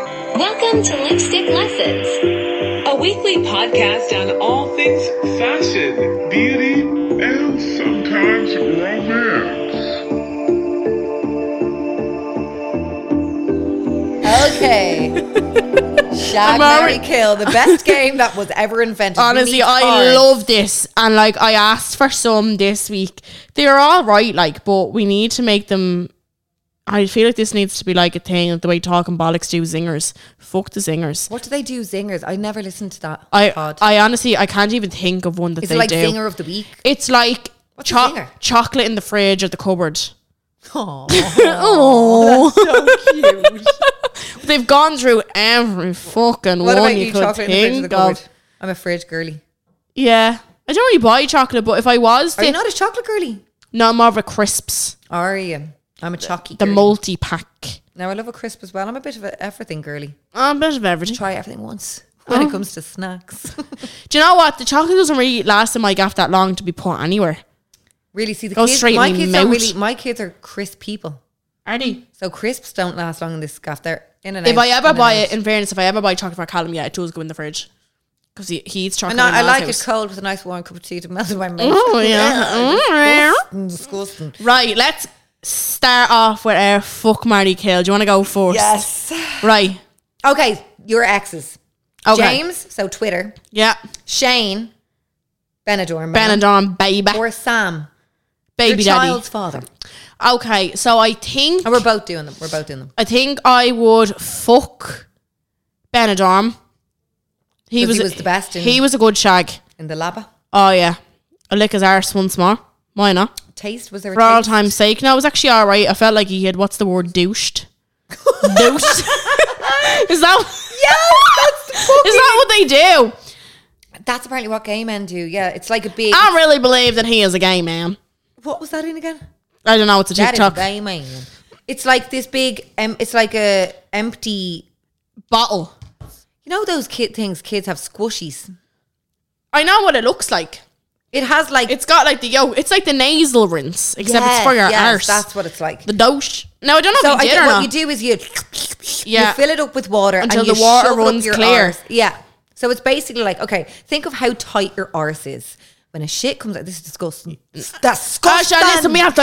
Welcome to Lipstick Lessons. a weekly podcast on all things fashion, beauty, and sometimes romance. Okay. Shag Mary Kill, the best game that was ever invented. We Honestly, need I cards. love this. And like I asked for some this week. They are all right, like, but we need to make them I feel like this needs to be like a thing of the way talking bollocks do zingers. Fuck the zingers. What do they do, zingers? I never listened to that. I pod. I honestly I can't even think of one that Is they it like do. singer of the week? It's like What's a cho- zinger? chocolate in the fridge or the cupboard. Oh, Oh, cute. they've gone through every fucking what one about you, you, could chocolate in the fridge of the think cupboard? of. I'm a fridge girly. Yeah, I don't really buy chocolate, but if I was, Are to, you not? not a chocolate girly? No, I'm more of a crisps, Are you? I'm a chalky. the girly. multi pack. Now I love a crisp as well. I'm a bit of an everything girly. I'm a bit of everything. Try everything once when it comes to snacks. Do you know what? The chocolate doesn't really last in my gaff that long to be put anywhere. really see the Go kids. straight My in kids my are mouth. really. My kids are crisp people. Are they? So crisps don't last long in this scaff. They're in and out. If I in ever and buy out. it, in fairness, if I ever buy chocolate for Callum, yeah, it does go in the fridge because he, he eats chocolate. And I, I in my like house. it cold with a nice warm cup of tea to melt in my mouth. Oh yeah. Mm-hmm. Mm, Disgusting. right, let's start off with our fuck Marty kill. Do you want to go first? Yes. Right. Okay, your exes. Okay. James, so Twitter. Yeah. Shane, Benadorm. Ben and Don, baby, Or Sam, baby your daddy. child's father. Okay, so I think And we're both doing them. We're both doing them. I think I would fuck Benadorm. He 'Cause was, he was the best in- he was a good shag. In the lava. Oh yeah, I lick his arse once more. Why not? Taste, was there a For all taste? time's sake. No, it was actually all right. I felt like he had what's the word douched. douched. Is that Yes, that's the is that what they do? That's apparently what gay men do. Yeah, it's like a big. I really believe that he is a gay man. what was that in again? I don't know. It's a That is TikTok gay man. It's like this big. Um, it's like a empty. bottle. You know those kid things kids have squishies. I know what it looks like. It has like It's got like the yo. It's like the nasal rinse, except it's for your yes, arse. That's what it's like. the douche. No, I don't know so if I he did think or what not. you do is you, Yeah. you fill it up with water Until and you the water shove it up runs your clear. arse. Yeah. So it's basically like okay, think of how tight your arse is when a shit comes out. This is disgusting. That's Gosh, disgusting. I listen, we have to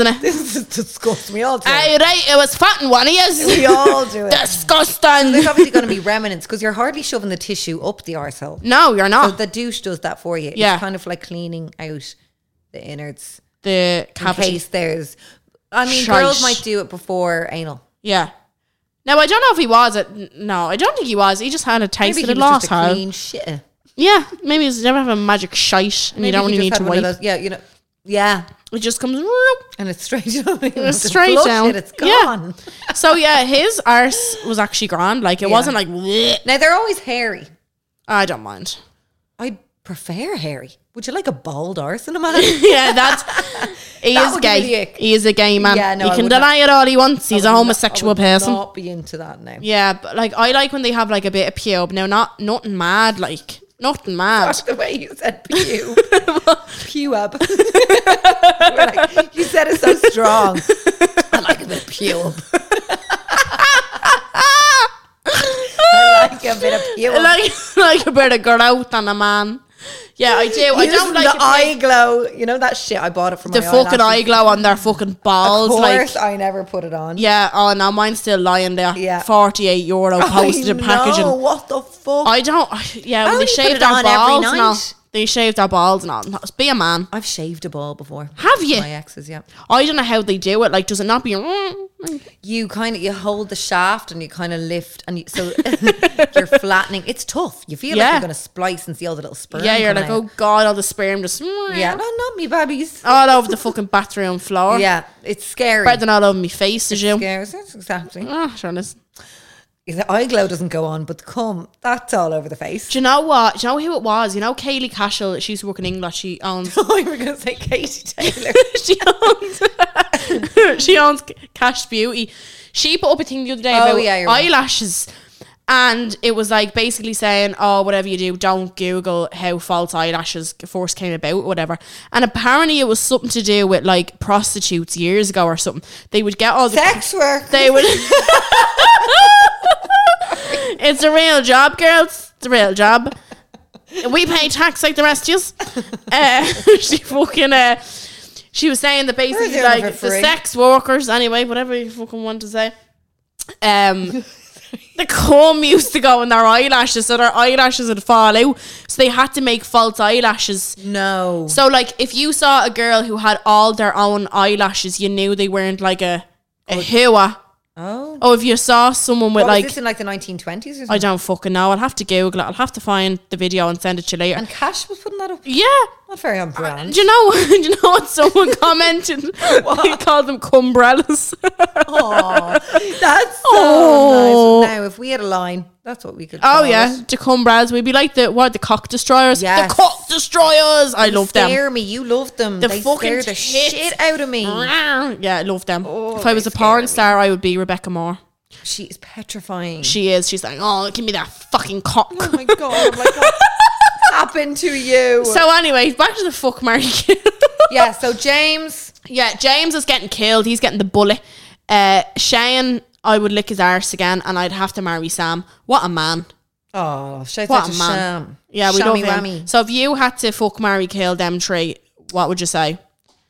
it. this is disgusting. We all do. it. Hey, right, it was fat and one of we yous. all do it. There's Disgusting. obviously going to be remnants because you're hardly shoving the tissue up the arsehole. No, you're So not. the douche does that for you. Yeah. It's kind of like cleaning out the innards the in cavity. case there's. I mean, Shite. girls might do it before anal. Yeah. Now I don't know if he was. It. No, I don't think he was. He just had a taste Maybe that he it was lost just a her. clean shit. Yeah, maybe he's never have a magic shite, and Maybe you don't he really just had need to one of wipe. those- Yeah, you know. Yeah, It just comes. roop. and it's straight down. It's straight down. It, it's Yeah. gone. So yeah, his arse was actually grand. Like it Yeah. wasn't like. "Bleh." Now they're always hairy. I don't mind. I prefer hairy. Would you like a bald arse in a man? Yeah, that's he That is would give me the gay. ick. He is a gay man. Yeah, no, he I can would not- deny it all he wants. He's a I would homosexual not, I would person. Not be into that now. Yeah, but like I like when they have like a bit of pube. Now, not nothing mad, like nothing mad. Gosh, the way you said pew. pew up. We're like, you said it so strong. I like a bit of pew up. I like a bit of pew up. like like a bit of growth on a man. Yeah, I do. I Using don't like the it, eye glow. You know that shit I bought it from the my fucking eye eyelashes. glow on their fucking Of balls. Like course, I never put it on. yeah, oh no, mine's still lying there. Yeah. forty eight euro postage and packaging. No, what the fuck? I don't. Yeah, when only they put shave it their on every balls and all, night. they shave their balls and all. No, Be a man. I've shaved a ball before. Have you? My exes, yeah. I don't know how they do it. Like, does it not be? mm, Like, you kind of you hold the shaft and you kind of lift and you, so you're flattening. It's tough. You feel like Yeah. you're gonna splice and see all the little sperm. yeah, you're coming like, out. oh god, all the sperm just. mm, yeah, no, not me, babies. all over the fucking bathroom floor. Yeah, it's scary. Spreading all over my face, did you? Scares us, exactly. Ah, sure listen. The eye glow doesn't go on, but the cum that's all over the face. Do you know what? Do you know who it was? You know Kaylee Cashel. She used to work in England. She owns. we were gonna say Katie Taylor. she owns. she owns Cash Beauty. She put up a thing the other day Oh, about yeah, you're right. eyelashes, and it was like basically saying, "Oh, whatever you do, don't Google how false eyelashes first came about, or whatever." And apparently, it was something to do with like prostitutes years ago or something. They would get all the Sex work. they would It's a real job, girls. It's a real job. We pay tax like the rest of us. Uh, she fucking. Uh, she was saying that basically, doing it like for the free. sex workers, anyway, whatever you fucking want to say. Um, the comb used to go in their eyelashes, so their eyelashes would fall out. So they had to make false eyelashes. No. So, like, if you saw a girl who had all their own eyelashes, you knew they weren't like a a hua. Oh. Or if you saw someone with What, like was this in like the 1920s or something? I don't fucking know. I'll have to Google it. I'll have to find the video and send it to you later. and Cash was putting that up. yeah. Not very on Do brand. you know? Do you know what someone commented? They called them cumbrellas. Aw, that's so Oh. nice. Now, if we had a line, that's what we could. oh call yeah, it. the cumbrellas. We'd be like the what? The cock destroyers. Yes. The cock destroyers. I love them. Scare me. You love them. The they fucking scare the tits. shit out of me. Yeah, I love them. Oh, if I was they a porn scare star, I would be Rebecca Moore. She is petrifying. She is. She's like, oh, give me that fucking cock. oh my god! I'm like, what happened to you? so anyway, back to the fuck Mary kill. yeah. So James. Yeah, James is getting killed. He's getting the bullet. Uh, Shane, I would lick his arse again, and I'd have to marry Sam. What a man! Oh, shout What out to a man! Sham. Yeah, we Shammy love him. whammy. So if you had to fuck, marry, kill them three, what would you say?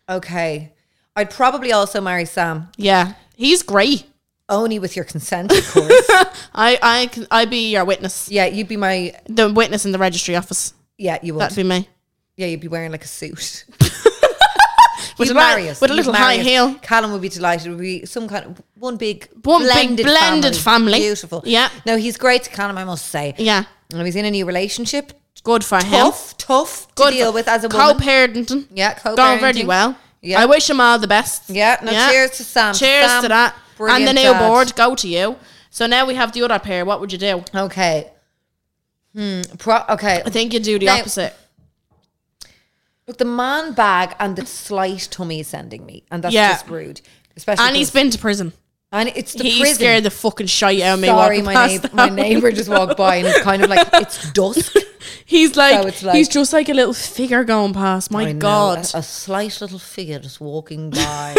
Okay. I'd probably also marry Sam, Yeah, he's great. only with your consent, of course. I I c- I'd be your witness, yeah, you'd be my. the witness in the registry office. Yeah, you would. That'd be me. yeah, you'd be wearing like a suit. With You'd a, man- marry us. with a You'd little marry high us. heel. Callum would be delighted. It would be some kind of one big One big blended blended family. Beautiful. Yeah. No, he's great to Callum, I must say. Yeah, And he's in a new relationship. good for him. Tough, tough to Good deal for- with as a woman. co-parenting. Yeah, going co-parenting. very well. Yeah. I wish him all the best. Yeah, no, cheers to Sam. Cheers Um, Sam, to that. And the brilliant new dad. board, go to you. So now we have the other pair. What would you do? Okay. Hmm. Pro- okay. I think you'd do the Now- opposite. Look, the man bag and the slight tummy is sending me, and that's Yeah. just rude. Especially And he's 'cause- been to prison. and it's the he prison. scared the fucking shite out of me. Sorry, walking my past neighbor, that my window. neighbor just walked by and it's kind of like it's dusk. He's like, it's like- he's just like a little figure going past. Oh My I know, God. a, a slight little figure just walking by.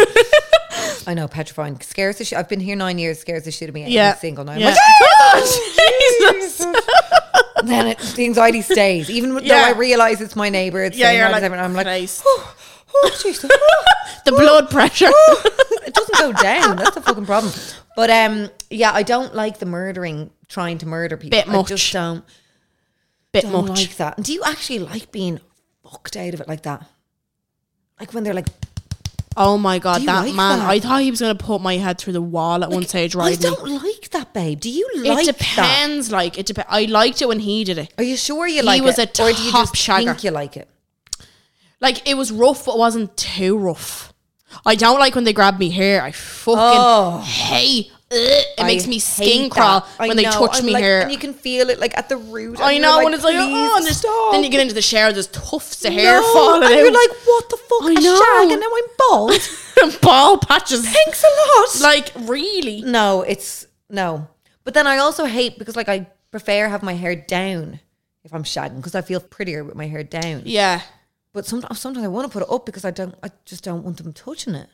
I know, petrifying, scares the shit. I've been here nine years, scares the shit of me every yeah. single night. I'm Yeah. like, Oh, Jesus. "Ah!" and then it, the anxiety stays, even Yeah. though I realize it's my neighbor. It's Yeah, yeah, you're like, I'm like, Christ. oh, oh, jeez, oh." the blood pressure. it doesn't go down. That's the fucking problem. But um, yeah, I don't like the murdering, trying to murder people. Bit I much. just don't, Bit don't much. like that. Do you actually like being fucked out of it like that? Like when they're like, Oh my God, Do you that like man. that? I thought he was going to put my head through the wall at one stage, right? I don't like that, babe. Do you It like that? depends. Like, it depends. I liked it when he did it. Are you sure you He like was it? a or do you top just shagger. think you like it? Like it was rough, but it wasn't too rough. I don't like when they grab me hair. I fucking Oh. hate. Ugh, it I makes me hate skin that. crawl I when they know. touch I'm me like, hair. And you can feel it like at the root. I and know you're when like, it's like oh, "Please and there's, stop." then you get into the shower, there's tufts of No, hair falling and out. You're like, what the fuck? I I a know. shag, and now I'm bald. ball patches. Thanks a lot. Like really? No, it's no. But then I also hate because like I prefer have my hair down if I'm shagging because I feel prettier with my hair down. Yeah. But sometimes sometimes I want to put it up because I don't I just don't want them touching it.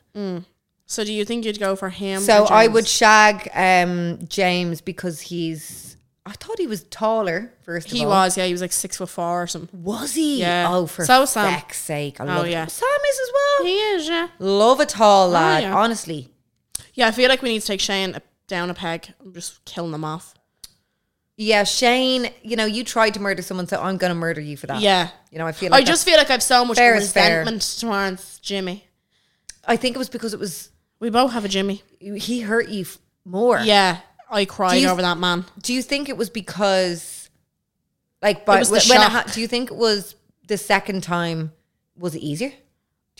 So do you think you'd go for him? So or I James? would shag um James because he's I thought he was taller first He of all. was. Yeah, he was like six foot four or something. Was he? Yeah. Oh for So so was Sam. feck's sake. I Oh, love yeah. Sam is as well. He is. Yeah. Love a tall lad, yeah. honestly. Yeah, I feel like we need to take Shane a- down a peg. I'm just killing them off. Yeah, Shane, you know, you tried to murder someone, so I'm gonna murder you for that. Yeah. You know, I feel like I that's- just feel like I've so much Fair is fair. resentment towards Jimmy. I think it was because it was We both have a Jimmy. he hurt you f- more. Yeah, I cried Do you- over that man. Do you think it was because, like, by, was the when it ha- shock. do you think it was the second time? Was it easier? Do you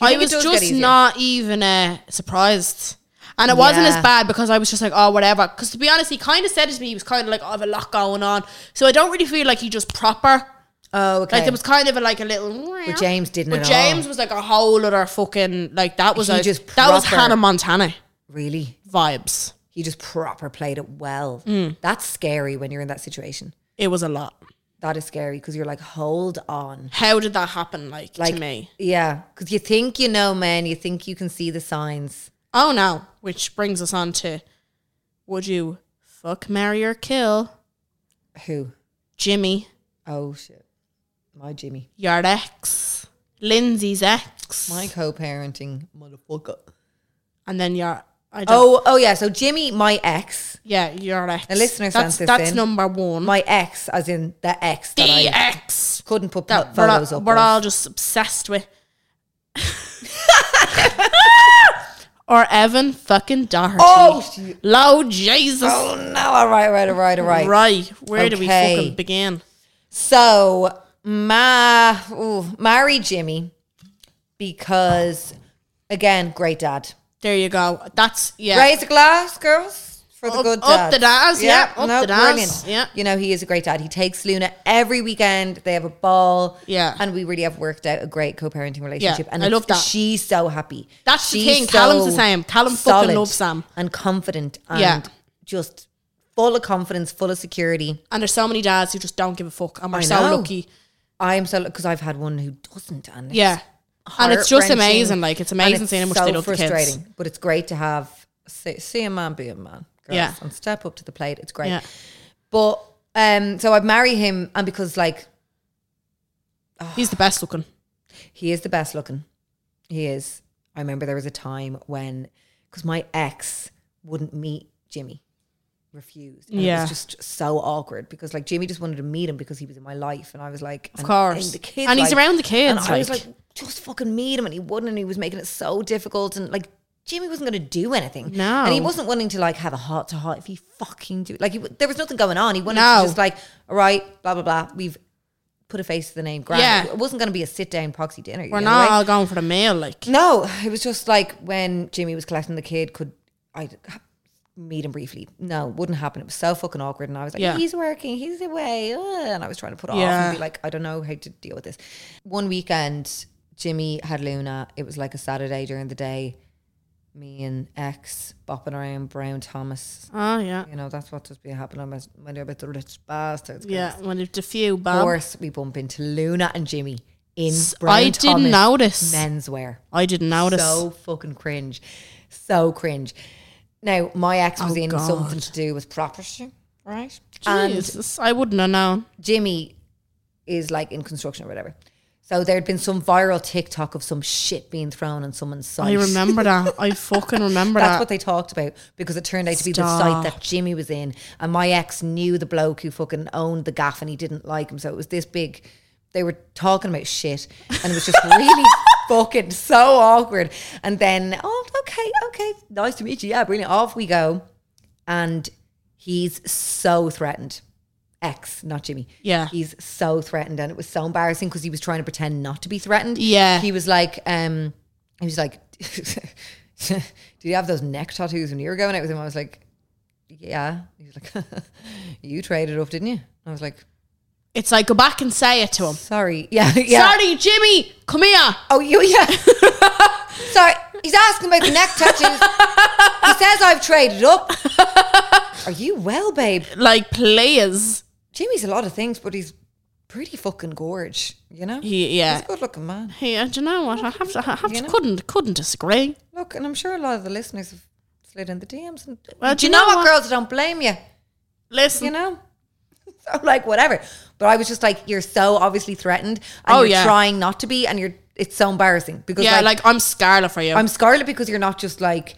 I think it was does get just easier? not even uh, surprised. And it wasn't Yeah. as bad because I was just like, oh, whatever. Because to be honest, he kind of said it to me. He was kind of like, oh, I have a lot going on. So I don't really feel like he just proper. Oh, okay. Like, there was kind of a, like a little. But James didn't But at James all. was like a whole other fucking. Like, that was He a, just That was proper- Hannah Montana really. vibes. He just proper played it well. Mm. That's scary when you're in that situation. It was a lot. That is scary because you're like, hold on. How did that happen, like, Like to me? Yeah, because you think you know, man. You think you can see the signs. Oh, no. Which brings us on to would you fuck, marry, or kill Who? Jimmy, Oh shit. My Jimmy. your ex, Lindsay's ex, My co-parenting motherfucker. and then your I don't, Oh, oh yeah. So Jimmy, my ex, yeah, your ex. A listener sent that's this that's in. number one. my ex, as in the ex Hmm? the that I ex couldn't put that we're photos all, up. we're of. all just obsessed with. or Evan fucking Doherty. Oh, she- Lord Jesus. oh no! All right, all right, all right, all right. Right, where do we Okay. fucking begin? So ma, ooh, marry Jimmy because again, great dad. There you go. That's yeah. Raise a glass, girls, for the Up- good up dads. the dads, yeah, up the dads, yeah. You know, he is a great dad. He takes Luna every weekend. They have a ball. Yeah. And we really have worked out a great co-parenting relationship. and I it's- love that. She's so happy. That's the She's thing. Callum's the same. Callum fucking loves Sam. And confident and Yeah. just full of confidence, full of security. And there's so many dads who just don't give a fuck, and we're I so know. lucky. I am so because I've had one who doesn't, and it's Yeah, and it's just heart-wrenching. amazing. Like it's And amazing seeing how much so they love the kids. frustrating, but it's great to have see, see a man be a man, girls, Yeah. and step up to the plate. It's great. Yeah. But um, so I'd marry him, and because like He's the best looking. he is the best looking, he is. I remember there was a time when because my ex wouldn't meet Jimmy, refused. And it Yeah. was just so awkward because like Jimmy just wanted to meet him because he was in my life, and I was like, Of course. the kids, And he's like- around the kids, And I was like- like, just fucking meet him, and he wouldn't, and he was making it so difficult, and like. Jimmy wasn't going to do anything. No. And he wasn't wanting to like have a heart to heart if he fucking do. Like, he, w- there was nothing going on. He wanted No. to just like, all right, blah, blah, blah. We've put a face to the name. Grand. Yeah. It wasn't going to be a sit down proxy dinner. you We're know, not right? all going for the meal. Like No, it was just like when Jimmy was collecting the kid, could I meet him briefly? No, wouldn't happen. It was so fucking awkward. And I was like, Yeah. he's working, he's away. ugh, And I was trying to put it off Yeah. and be like, I don't know how to deal with this. One weekend, Jimmy had Luna. It was like a Saturday during the day. Me and ex bopping around Brown Thomas. oh yeah, You know, that's what does be happening when- when you're a bit the rich bastards. 'cause yeah. When it's a few, Of bam. course, we bump into Luna and Jimmy in S- Brown I didn't Thomas notice. menswear. I didn't notice. So fucking cringe. So cringe. Now, my ex was Oh, in God. something to do with property, right? And Jesus, I wouldn't have known. Jimmy is like in construction or whatever. So there had been some viral TikTok of some shit being thrown on someone's site. I remember that. I fucking remember That's that. what they talked about because it turned out to be the site that Jimmy was in. And my ex knew the bloke who fucking owned the gaff and he didn't like him. So it was this big, they were talking about shit and it was just really fucking so awkward. And then, oh, okay, okay, nice to meet you. Yeah, brilliant. Off we go. And he's so threatened. Ex, not Jimmy. Yeah. He's so threatened. And it was so embarrassing because he was trying to pretend not to be threatened. Yeah. He was like, um, he was like, did you have those neck tattoos when you were going out with him? I was like, yeah. He was like, you traded up, didn't you? I was like, it's like go back and say it to him. sorry. Yeah. Yeah. Sorry, Jimmy, come here. Oh, you, yeah. sorry. He's asking about the neck tattoos. he says I've traded up. Are you well, babe? Like players. Jimmy's a lot of things, but he's pretty fucking gorge, you know? He, He's yeah. a good looking man. Yeah, do you know what? I have to, I have You to, know? couldn't, couldn't disagree. Look, and I'm sure a lot of the listeners have slid in the DMs. And, Well, do you know what, girls? I don't blame you. Listen, You know? So I'm like, whatever. But I was just like, you're so obviously threatened and Oh, you're yeah. trying not to be and you're it's so embarrassing because yeah, like, like, I'm scarlet for you. I'm scarlet because you're not just like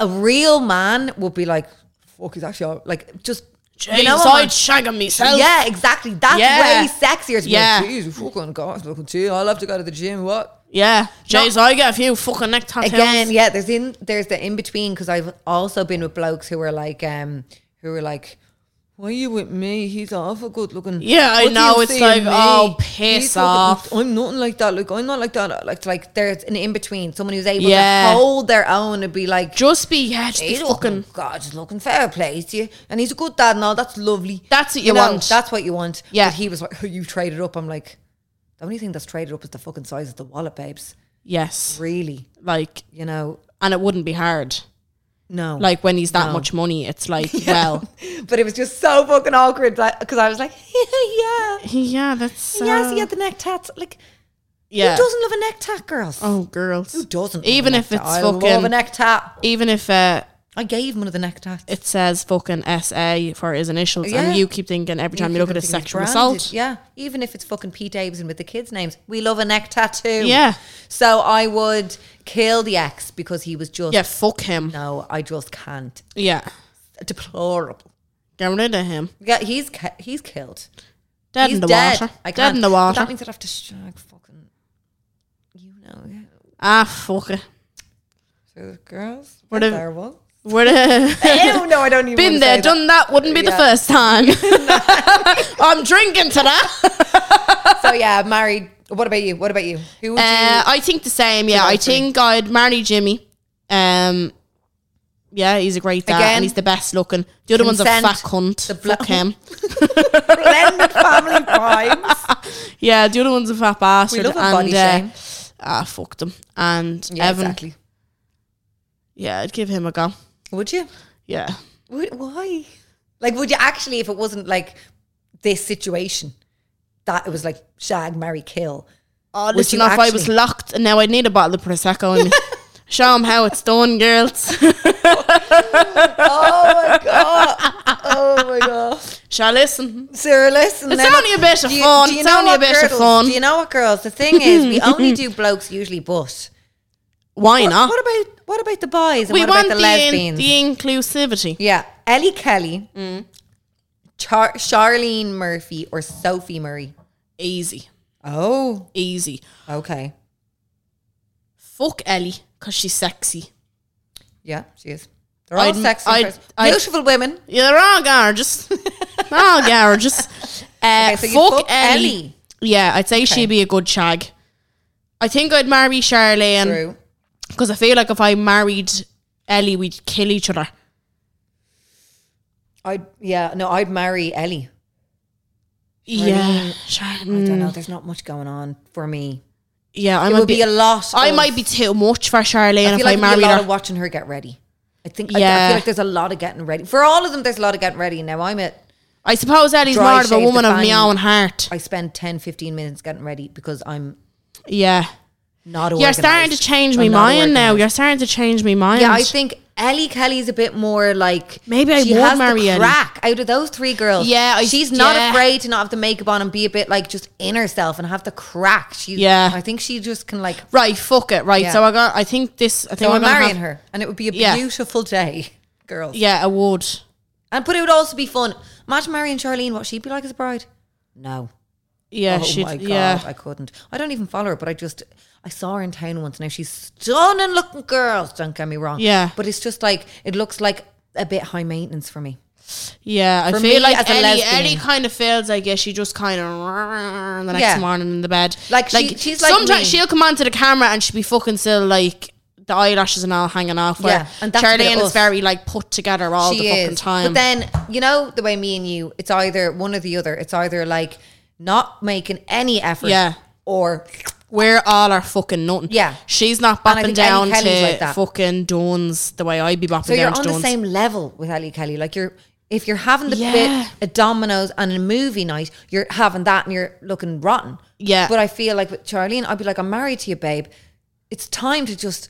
a real man would be like, fuck, he's actually all, like just Jeez, you know what, man? I'd shag him myself. Yeah, exactly. That's Yeah. way sexier to Yeah. yeah. be like, "Jeez, fucking God, fucking gee, I'll have to go to the gym. What? yeah. Jeez, I get a few fucking neck tattoos. Again, yeah, there's in there's the in between because I've also been with blokes who were like um who were like why are you with me? He's awful good looking. Yeah, I What do know, you it's see in like, me? oh, piss He's fucking- off." I'm nothing like that. Like I'm not like that. Like like there's an in between. Someone who's able Yeah. to hold their own and be like, Just be, yeah, just be He's fucking. looking God, he's looking fair play to you. And he's a good dad now, that's lovely. That's what you want. That's what you want. Yeah. But he was like, you traded up. I'm like, the only thing that's traded up is the fucking size of the wallet, babes. Yes. Really. Like, You know, and it wouldn't be hard. no. Like, when he's that No. much money, it's like, well, but it was just so fucking awkward because I was like, yeah, yeah. yeah, that's. So, yes, he had the neck tats. Like, yeah. who doesn't love a neck tat, girls? Oh, girls. Who doesn't? love Even a if neck it's tat? I fucking- love a neck tat. even if uh, I gave him one of the neck tats. It says fucking SA for his initials, Yeah. and you keep thinking every time you, look at can a think it's sexual branded. assault. Yeah, even if it's fucking Pete Davidson with the kids' names, we love a neck tattoo. Yeah. So I would kill the ex because he was just Yeah, fuck him. no, I just can't. Yeah, Deplorable. get rid of him. Yeah, he's ca- he's killed. Dead he's in the dead. water. I Dead can't. in the But water. that means I'd have to sh- like, fucking, you know. Yeah. ah, fuck it. So the girls, What were if- there was. Would have Ew, no, I don't even. been wanna there, say done that. Wouldn't be the Yeah. first time. I'm drinking to that. that. So yeah, married. What about you? What about you? Who would Uh, I think the same. Yeah, I think I'd marry Jimmy. Um, yeah, he's a great dad, Again, and he's the best looking. The other one's a fat consent, cunt. the blo- Fuck him. you? Blended family vibes. Yeah, the other one's a fat bastard. love a and, body uh, shame. Ah, fuck them. And Yeah, Evan. exactly. Yeah, I'd give him a go. Would you? Yeah. Would, why? Like, would you actually, if it wasn't like this situation, that it was like shag, marry, kill? Oh, Would listen, you if I was actually? locked and now I'd need a bottle of Prosecco and show him how it's done, girls. Oh my god! Oh my god! Shall I listen? Sarah, listen. It's then- only a bit of Do you- fun. do you It's know only a what, bit of girdles? fun. Do you know what, girls? The thing is, we only do blokes usually, but Why not? what about what about the boys? And we what want about the, in- lesbians? the Mm. inclusivity. yeah, Ellie Kelly, Char- Charlene Murphy, or Sophie Murray. Easy. Oh, Easy. okay. Fuck Ellie, because she's sexy. Yeah, she is. They're all I'd- sexy, I'd- pers- I'd- beautiful women. Yeah, they're all gorgeous. They're all gorgeous. Uh, Okay, so you'd fuck, fuck Ellie. Ellie. Yeah, I'd say she'd be a good chag. I think I'd marry Charlene True. because I feel like if I married Ellie, we'd kill each other. I yeah no, I'd marry Ellie. Yeah, I Charlene. don't know. There's not much going on for me. Yeah, I It might would be, a lot. I of- might be too much for I Charlene feel if like I it'd be married a lot her. of watching her get ready. I think. I- I, Yeah. feel like there's a lot of getting ready for all of them. There's a lot of getting ready. Now I'm at. I suppose Ellie's Dry more of a shave the woman of fanny. my own heart. I spend 10, 15 minutes getting ready because I'm Yeah, not. you're starting to organised. change I'm me not mind now. organised. You're starting to change me mind. Yeah, I think Ellie Kelly's a bit more like Maybe I she would has marry the Ellie. crack out of those three girls. Yeah, I- she's not yeah. afraid to not have the makeup on and be a bit like just in herself and have the crack. She, Yeah. I think she just can like. Right, fuck it. Right, Yeah. so I got. I think this. I think So we're I'm gonna marrying have- her, and it would be a Yeah. beautiful day, girls. Yeah, I would. And but it would also be fun. Imagine marrying Charlene, what she'd be like as a bride. No. Yeah, oh she'd. my god, yeah, I couldn't. I don't even follow her, but I just I saw her in town once. Now she's stunning looking girls. Don't get me wrong. Yeah. but it's just like it looks like a bit high maintenance for me. yeah. I For feel me, like as a Ellie. lesbian- Ellie kind of feels like yeah. She just kind of the next Yeah. morning in the bed. Like, she- she's like sometimes me. she'll come onto the camera and she'll be fucking still like the eyelashes and all hanging off. Where Yeah, and that's a bit Charlene of is us. very like put together all she the fucking is. time. But then you know the way me and you, it's either one or the other. It's either like not making any effort, Yeah. or we're all are fucking nothing. Yeah. she's not And I bopping think Ellie down Kelly's to like that. fucking Duns the way I'd be bopping so down you're to on the Duns. same level with Ellie Kelly. Like you're. If you're having the Yeah. bit at Domino's and a movie night, you're having that and you're looking rotten. Yeah. But I feel like with Charlene, I'd be like, I'm married to you, babe. It's time to just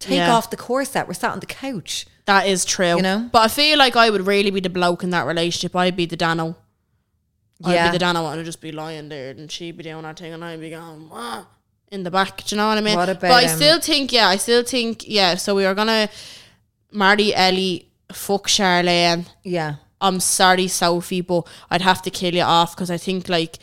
take Yeah. off the corset. We're sat on the couch. That is true. You know? But I feel like I would really be the bloke in that relationship. I'd be the Dano. I'd Yeah. be the Dano and I'd just be lying there and she'd be doing her thing and I'd be going, "Wah," in the back. Do you know what I mean? What about, but I um, still think, yeah, I still think, yeah, so we are going to marry Ellie, fuck Charlene. Yeah. I'm sorry, Sophie, but I'd have to kill you off because I think, like,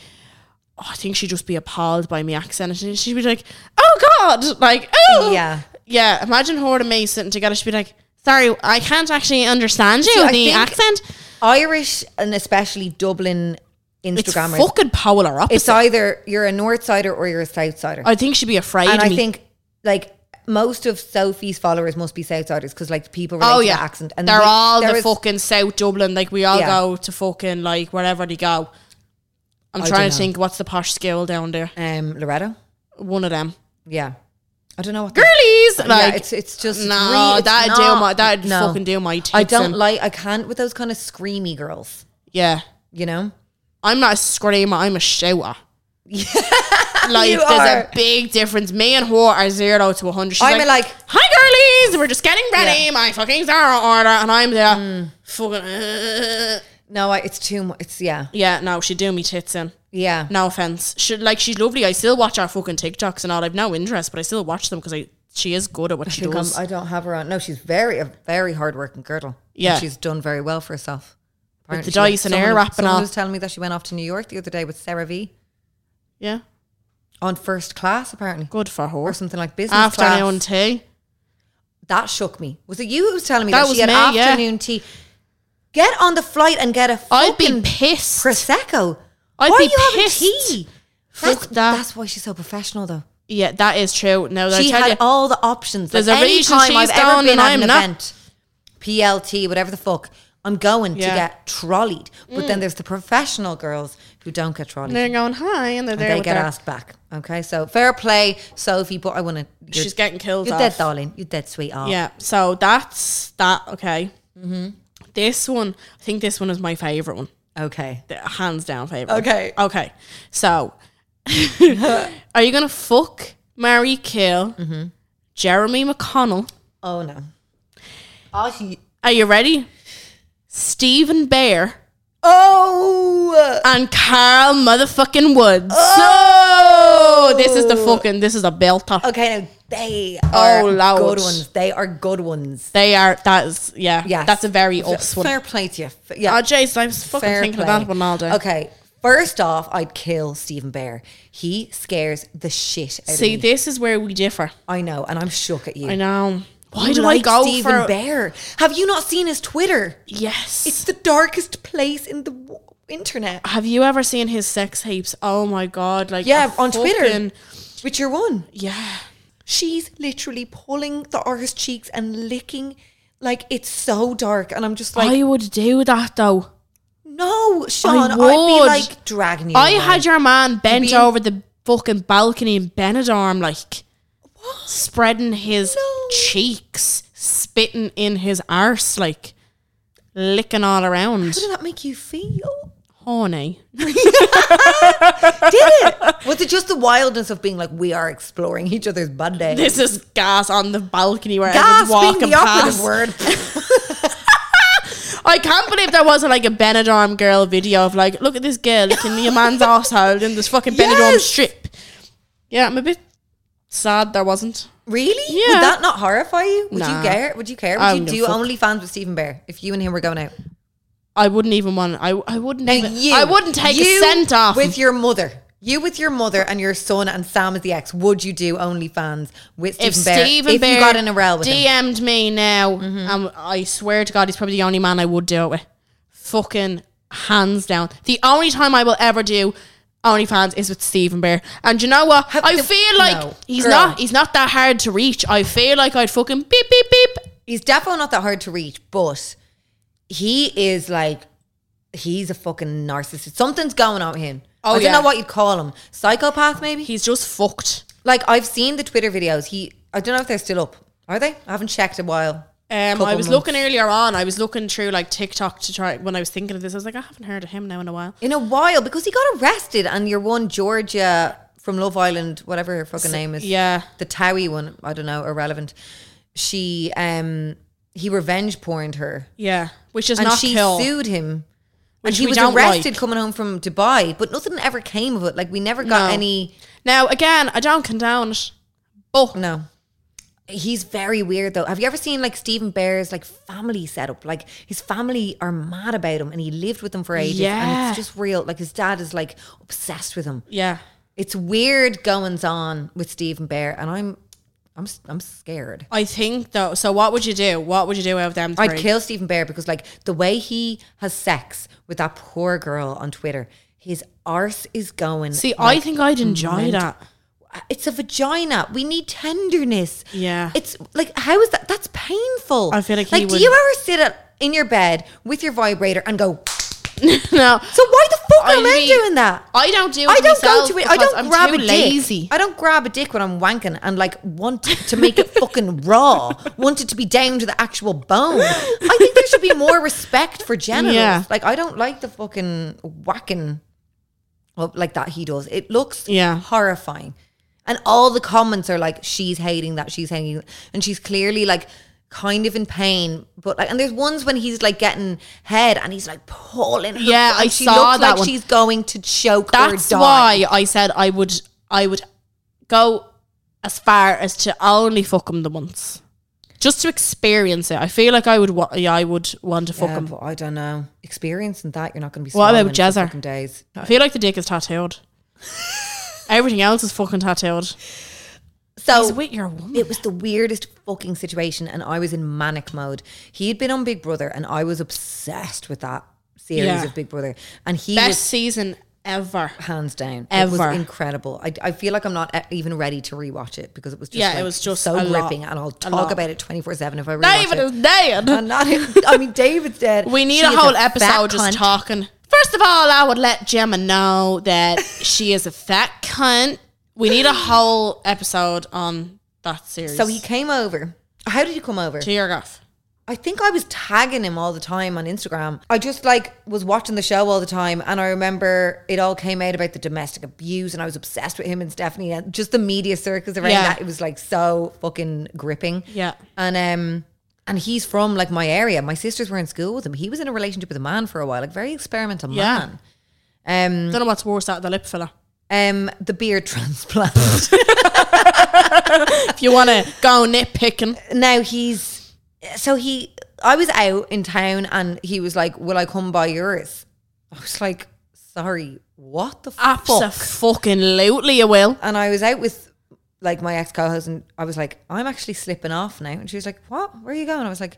oh, I think she'd just be appalled by me accent. And she'd be like, oh, God. Like, oh. Yeah. Yeah. Imagine her and me sitting together. She'd be like, sorry, I can't actually understand you See, with I the think accent. Irish and especially Dublin It's Instagrammers. It's, fucking polar opposite. either you're a North Sider or you're a South Sider. I think she'd be afraid and of I me. think like most of Sophie's followers must be Southsiders because like people relate oh, to yeah. the accent. And They're we- all there the is- fucking South Dublin. Like, we all Yeah. go to fucking, like, wherever they go. I'm I trying dunno. to think what's the posh scale down there. um, Loretto. One of them. Yeah. I don't know what the- Girlies! Like, yeah, it's it's just No, it's really- it's that'd do not- my- that'd no. fucking do my I tits don't in. like I can't with those kind of screamy girls. yeah. You know. I'm not a screamer, I'm a shouter. like You there's are. a big difference. Me and her are zero to hundred. She's I'm like, like- hi girlies, we're just getting ready. Yeah. Mm. My fucking Zara order, and I'm there, fucking. uh, No, I, it's too much. It's yeah, yeah, no, she do me tits in. yeah. No offense. She, like she's lovely. I still watch our fucking TikToks and all. I've no interest, but I still watch them because I she is good at what she Think I'm- does. I don't have her on. No, she's very a very hardworking girdle. Yeah. she's done very well for herself. Apparently, the dice and air wrap and someone all. was telling me that she went off to New York the other day with Sarah V yeah, on first class, apparently, good for or her. something like business Afternoon class. tea. that shook me. Was it you who was telling me That that, was she had me, yeah. afternoon tea? Get on the flight and get a I'd be fucking pissed. prosecco. I'd Why be are you pissed. having tea? Fuck that's, that. That's why she's so professional, though. Yeah, that is true. No, she that's had you, all the options. There's like a any reason time I've she's ever down been and at an I'm not. event, PLT, whatever the fuck, I'm going Yeah. Mm. to get trolleyed. But then there's the professional girls who don't get trolleyed. they're going hi, and they're and there. they with get their- asked back. Okay, so fair play, Sophie. But I want to. She's getting killed. You're off. dead, darling. You're dead, sweetheart. Yeah. So that's that. Okay. Mm-hmm. This one, I think this one is my favorite one, Okay. the hands down favorite. Okay. Okay. So, are you gonna fuck, marry, kill Mm-hmm. Jeremy McConnell? Oh no. Oh. she- Are you ready? Stephen Bear oh! and Carl motherfucking Woods. Oh! This is the fucking. This is a belter. Okay, now they are Lord. good ones. They are good ones. They are. That is. Yeah. Yes. That's a very us one. Fair play to you. F- Yeah. Oh, Jason, I was fucking Fair thinking play. of that one all day. Okay. First off, I'd kill Stephen Bear. He scares the shit out See, of me. this is where we differ. I know, and I'm shook at you. I know. Why You do Mm. like I go Stephen for Bear? Have you not seen his Twitter? Yes. It's the darkest place in the w- internet. Have you ever seen his sex tapes? Oh my god! Like Yeah, a on Twitter. fucking- With your one. Yeah. She's literally pulling the artist's cheeks and licking. Like, it's so dark. And I'm just like, I would do that though. no, Sean, I'd be would. like dragging you. I away. had your man bent be- over the fucking balcony in Benidorm, like spreading his No. cheeks, spitting in his arse, like licking all around. How did that make you feel? Horny. Was it just the wildness of being like we are exploring each other's body? This is gas on the balcony where gas everyone's being walking the operative past. word. I can't believe there wasn't like a Benidorm girl video of like, look at this girl licking your man's asshole in this fucking Benidorm Yes. strip. Yeah, I'm a bit sad there wasn't. really? Yeah. Would that not horrify you? Would Nah. you care? Would you care? Would I you wouldn't do give a fuck. OnlyFans with Stephen Bear if you and him were going out? I wouldn't even want. I I wouldn't. Now even, you, I wouldn't take you a cent off. with your mother. You with your mother and your son and Sam as the ex. Would you do OnlyFans with Stephen if Bear Stephen if Bear you got in a row with him? Mm-hmm. DM'd me now, um, I swear to God, he's probably the only man I would do it with. Fucking hands down. The only time I will ever do OnlyFans is with Stephen Bear. And you know what? Have I the- feel like no, he's girl. not he's not that hard to reach. I feel like I'd fucking beep beep beep. He's definitely not that hard to reach, but he is like he's a fucking narcissist. Something's going on with him. Oh, I don't yeah. know what you'd call him. Psychopath maybe? He's just fucked. Like I've seen the Twitter videos. He, I don't know if they're still up. Are they? I haven't checked a while. Um, Couple I months. was looking earlier on. I was looking through like TikTok to try when I was thinking of this. I was like, I haven't heard of him now in a while. In a while, because he got arrested, and your one Georgia from Love Island, whatever her fucking name is, Yeah, the Towie one. I don't know, irrelevant. She, um, he revenge porned her, yeah, which is and not she cool. sued him. Which and he we was don't arrested like. coming home from Dubai, but nothing ever came of it. Like we never got No. any. Now again, I don't condone it. But No. He's very weird though. Have you ever seen like Stephen Bear's like family setup? Like his family are mad about him and he lived with them for ages and Yeah. it's just real. Like his dad is like obsessed with him. yeah, It's weird goings on with Stephen Bear and I'm I'm s- I'm scared. I think though. So what would you do? What would you do out of them three? I'd kill Stephen Bear because like the way he has sex with that poor girl on Twitter, his arse is going. See, I like, think I'd meant- enjoy that. it's a vagina. We need tenderness. Yeah. It's like how is that? That's painful. I feel like he like do would- you ever sit at, in your bed with your vibrator and go? no, So why the fuck am I I'd be- doing that? I don't do. It I don't go myself to it. I don't because I'm grab too a dick. lazy. I don't grab a dick when I'm wanking and like want to make it fucking raw. Want it to be down to the actual bone. I think there should be more respect for genitals. Yeah. Like I don't like the fucking whacking. well, like that he does. It looks Yeah. horrifying. And all the comments are like, she's hating that, she's hating that. And she's clearly like kind of in pain. But like and there's ones when he's like getting head and he's like pulling her Yeah, and I she saw looks that like one. she's going to choke That's or die. why I said I would I would go as far as to only fuck him the once. Just to experience it. I feel like I would wa- yeah, I would want to fuck Yeah, him. but I don't know. Experiencing that, you're not going to be. What smiling about for Jezzer? fucking Days. I feel like the dick is tattooed. Everything else is fucking tattooed. So He's with your woman. It was the weirdest fucking situation, and I was in manic mode. He had been on Big Brother, and I was obsessed with that series Yeah. of Big Brother. And he Best was season ever. hands down It ever. was incredible. I, I feel like I'm not e- even ready to rewatch it because it was just Yeah, it like, was just so a lot. gripping, and I'll lot. talk about it 24 seven if I rewatch David it. is dead. and not, I mean, David's dead. We need She a is whole fat episode just cunt. talking. First of all, I would let Gemma know that she is a fat cunt. We need a whole episode on that series. So he came over. How did you come over? tear off. I think I was tagging him all the time on Instagram. I just like was watching the show all the time, and I remember it all came out about the domestic abuse, and I was obsessed with him and Stephanie, and just the media circus around Yeah. that. It was like so fucking gripping. Yeah. and um, and he's from like my area. My sisters were in school with him. He was in a relationship with a man for a while, like very experimental Yeah. man. Um, Don't know what's worse out of the lip filler. um, the beard transplant. If you want to go nitpicking, now he's so he I was out in town and he was like, Will I come by yours? I was like, sorry, what the fuck? absolutely you will. And I was out with like my ex co host and I was like, I'm actually slipping off now. And she was like, What? Where are you going? I was like,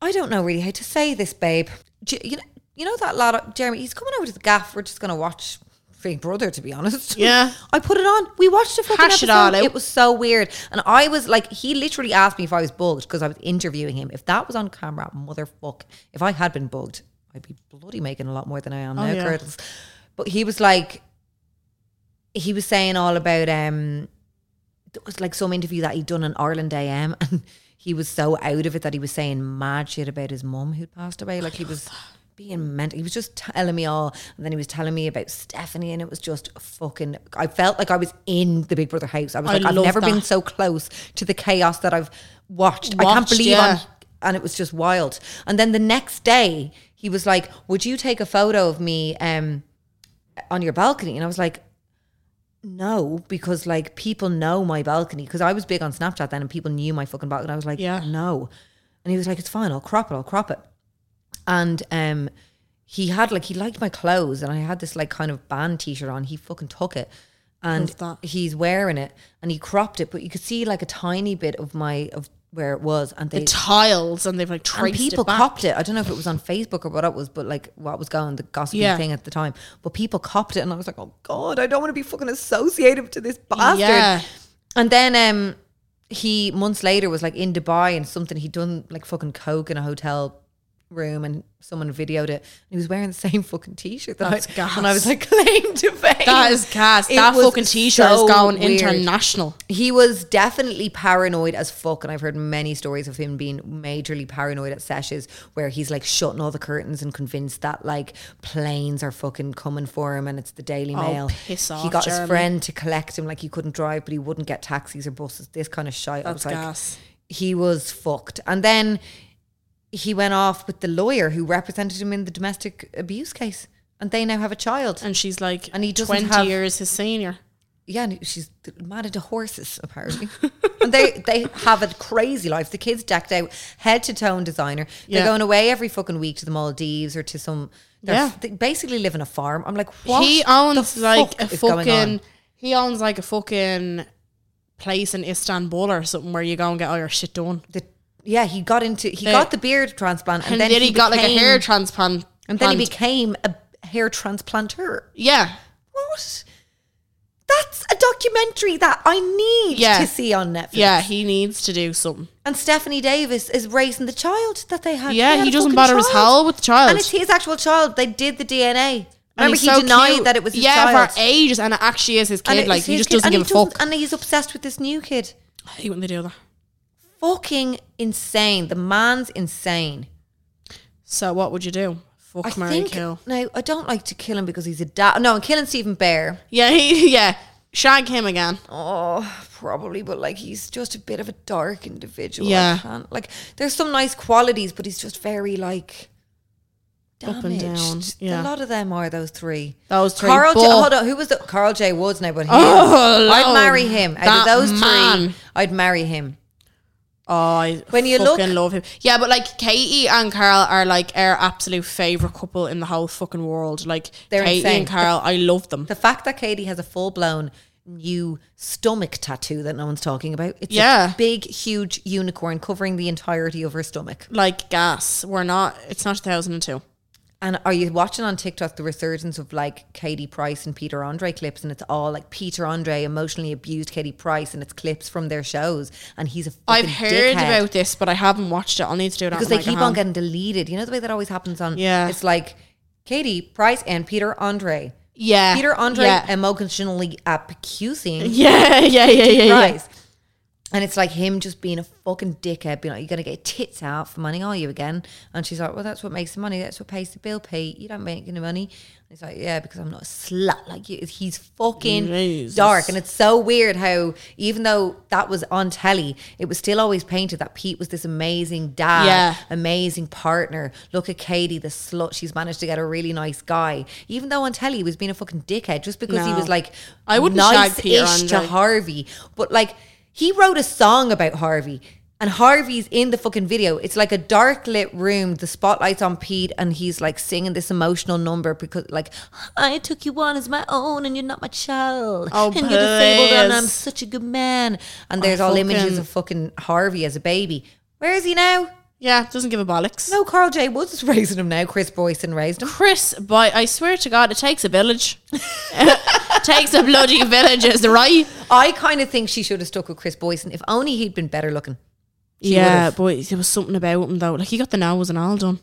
I don't know really how to say this, babe. Do you, you know you know that lad Jeremy, he's coming over to the gaff. We're just gonna watch Big Brother to be honest. Yeah. I put it on. We watched a fucking Hash it episode. all out. It was so weird. And I was like, he literally asked me if I was bugged because I was interviewing him. If that was on camera, motherfuck, if I had been bugged, I'd be bloody making a lot more than I am now, yeah. Curtis. But he was like, he was saying all about um there was like some interview that he'd done on Ireland AM and he was so out of it that he was saying mad shit about his mum who'd passed away. Like he was being mental. He was just telling me all and then he was telling me about Stephanie and it was just fucking I felt like I was in the Big Brother house. I was I like, I've love never been that. so close to the chaos that I've watched. I can't Watched, believe yeah. I'm and it was just wild. And then the next day he was like, Would you take a photo of me um on your balcony? And I was like, no, because like people know my balcony because I was big on Snapchat then, and people knew my fucking balcony. I was like, Yeah. no, and he was like, it's fine, I'll crop it, I'll crop it, and um, he had like he liked my clothes, and I had this like kind of band T-shirt on. He fucking took it, and Love that. he's wearing it, and he cropped it, but you could see like a tiny bit of my of where it was, and they The tiles and they've like traced and people it back. copped it. I don't know if it was on Facebook or what it was, but like what was going the gossipy Yeah. thing at the time. But people copped it, and I was like, oh god, I don't want to be fucking associated to this bastard. Yeah. And then um, he months later was like in Dubai and something he'd done like fucking coke in a hotel room, and someone videoed it. And he was wearing the same fucking t-shirt. That That's I, gas. And I was like, claim to fame. That is gas. It That was fucking t-shirt so is going weird. international. He was definitely paranoid as fuck, and I've heard many stories of him being majorly paranoid at sessions where he's like shutting all the curtains and convinced that like planes are fucking coming for him, and it's the Daily Mail. Oh, piss he off, got Jeremy. his friend to collect him, like he couldn't drive, but he wouldn't get taxis or buses. This kind of shite. I That's was like, gas. he was fucked, and then he went off with the lawyer who represented him in the domestic abuse case, and they now have a child. And she's like And he doesn't 20 have- years his senior. yeah, and she's mad into horses apparently, and they they have a crazy life. The kids decked out, head to toe in designer. Yeah. They're going away every fucking week to the Maldives or to some. They're Yeah. they basically live in a farm. I'm like, what? he the owns like fuck a is going fucking on? he owns like a fucking place in Istanbul or something where you go and get all your shit done. The, yeah, he got into he The- got the beard transplant, and, And, then, he, got like a became- hair transplant. and then he plant. became a hair transplanter. yeah. What? That's a documentary that I need Yeah. to see on Netflix. Yeah, he needs to do something. And Stephanie Davis is raising the child that they had. Yeah, They had he a doesn't fucking bother his child. hell with the child. And it's his actual child. They did the DNA. And Remember, he's he so denied cute. that it was his yeah, child. for ages, and it actually is his kid. And it- like it's he his just kid, doesn't and give he a fuck. And he's obsessed with this new kid. He wouldn't do that. Fucking insane. The man's insane. So what would you do? Fuck, I Mary, think kill. no, I don't like to kill him because he's a dad. No, I'm killing Stephen Bear. Yeah, he, yeah. Shag him again. Oh, probably, but like he's just a bit of a dark individual. I Yeah. can't- like there's some nice qualities, but he's just very like damaged. Up and down, a yeah. lot of them are those three. Those three, Carl, J- but- hold on, who was the Carl J. Woods? Now, but he Oh, I'd Lord. marry him. Out That of those man. three, I'd marry him. Oh, I When you fucking look- love him. Yeah, but like Katie and Carl are like our absolute favorite couple in the whole fucking world. Like They're Katie insane. and Carl, I love them. The fact that Katie has a full blown new stomach tattoo that no one's talking about. It's Yeah. a big, huge unicorn covering the entirety of her stomach. like gas. We're not. It's not 2002. And are you watching on TikTok the resurgence of like Katie Price and Peter Andre clips? And it's all like Peter Andre emotionally abused Katie Price, and it's clips from their shows. And he's a I've fucking heard dickhead. about this, but I haven't watched it. I'll need to do that because when they I get keep on home. getting deleted. You know the way that always happens on. Yeah. it's like Katie Price and Peter Andre. yeah Peter Andre Yeah, emotionally abusing yeah, yeah, yeah, yeah. yeah, Price. And it's like him just being a fucking dickhead, being like, "You're gonna get your tits out for money, are you again?" And she's like, "Well, that's what makes the money. That's what pays the bill, Pete. You don't make any money." And he's like, "Yeah, because I'm not a slut like you." He's fucking Jesus. dark, and it's so weird how even though that was on telly, it was still always painted that Pete was this amazing dad, Yeah. amazing partner. Look at Katie, the slut. She's managed to get a really nice guy, even though on telly he was being a fucking dickhead just because he No. was like I wouldn't shag Peter nice-ish to Andre. Harvey, but like he wrote a song about Harvey, and Harvey's in the fucking video. It's like a dark lit room, the spotlight's on Pete, and he's like singing this emotional number because like I took you on as my own, and you're not my child, Oh, and you're disabled, and I'm please. such a good man. And there's all images fucking- of fucking Harvey as a baby. Where is he now? Yeah, doesn't give a bollocks. No, Carl J. Woods is raising him now. Chris Boyson raised him. Chris, boy, I swear to God, it takes a village. takes a bloody village, is right? I kind of think she should have stuck with Chris Boyson. If only he'd been better looking. She yeah, would've. boy, there was something about him though. Like he got the nose and all done.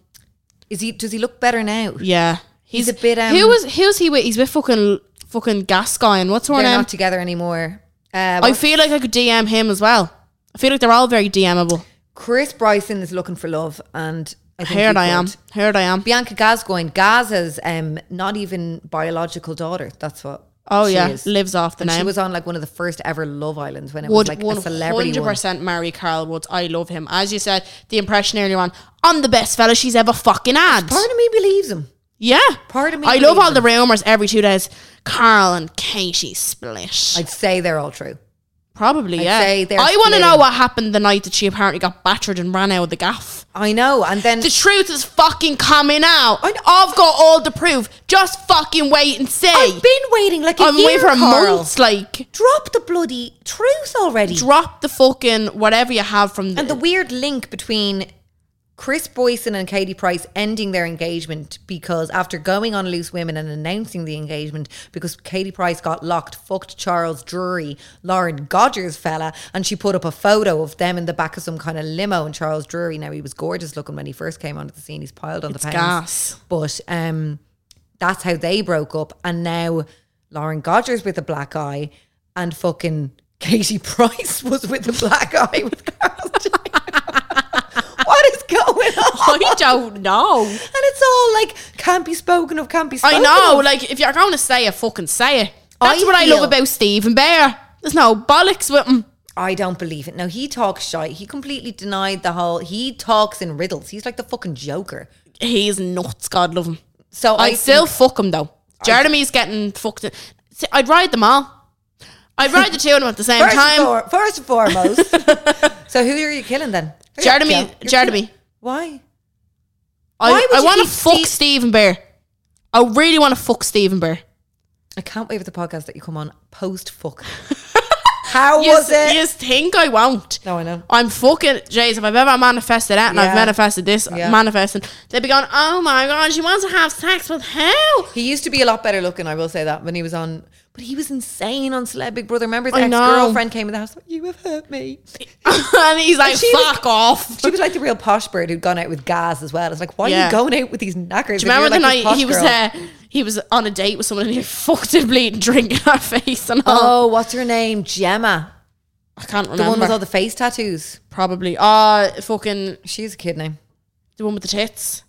Is he? Does he look better now? Yeah, He's a bit, um, who was who's he with? He's with fucking fucking gas guy and what's her They're name? not together anymore. Uh, I well, feel like I could DM him as well. I feel like they're all very DMable. Chris Bryson is looking for love, and I think Here he I am. could. Here I am. Bianca Gascoigne, Gaza's um, not even biological daughter. That's what. Oh she yeah, is. lives off the and name. she was on like one of the first ever Love Islands when it would was like a one celebrity hundred one. percent marry Carl Woods. I love him. As you said, the impression earlier on, I'm the best fella she's ever fucking had. Part of me believes him. yeah, part of me I love all believes the rumors every two days. Carl and Katie split. I'd say they're all true. Probably, I'd yeah. say they're I want to splitting. know what happened the night that she apparently got battered and ran out of the gaff. I know, and then The truth is fucking coming out. I've got all the proof. Just fucking wait and see. I've been waiting like a I'm year waiting for Carl. months. Like, Drop the bloody truth already. drop the fucking whatever you have from And the weird link between Chris Boyson and Katie Price ending their engagement because after going on Loose Women and announcing the engagement, because Katie Price got locked, fucked Charles Drury, Lauren Godger's fella, and she put up a photo of them in the back of some kind of limo. And Charles Drury, now he was gorgeous looking when he first came onto the scene, he's piled on It's the gas. pounds. But um, that's how they broke up. And now Lauren Godger's with a black eye and fucking Katie Price was with a black eye with Carl What is going on? I don't know. And it's all like can't be spoken of, can't be I spoken know. of. Like, if you're going to say it, fucking say it. That's I what I feel- love about Stephen Bear. There's no bollocks with him. I don't believe it. No, he talks shy. He completely denied the whole he talks in riddles. He's like the fucking joker. He's nuts. God love him. So I, I still think- fuck him though. Jeremy's getting fucked. See, I'd ride them all. I'd ride the two of them at the same first, and time. for- first and foremost. so who are you killing then? Who are you Jeremy- killing? You're Jeremy. killing- Why? I, Why would I you want to keep fuck Steve- Stephen Bear. I really want to fuck Stephen Bear. I can't wait for the podcast that you come on post fuck. How You was it? You think I won't? No, I know. I'm fucking Jays. If I've ever manifested that, and I've Yeah. manifested this, Yeah. manifesting, they'd be going, "Oh my god, she wants to have sex with who?" He used to be a lot better looking, I will say that, when he was on. But he was insane on Celeb Big Brother. Remember his I ex know. girlfriend came in the house, like, You have hurt me. and he's like, she was- "Fuck off." She was like the real posh bird who'd gone out with Gaz as well. It's like, why are Yeah. you going out with these knackers? Do you remember the night he was there? uh, he was on a date with someone and he fucked a bleeding drink in her face and all. Oh, what's her name? Gemma. I can't The remember. one with all the face tattoos. probably. Ah, fucking She's a kid now. the one with the tits.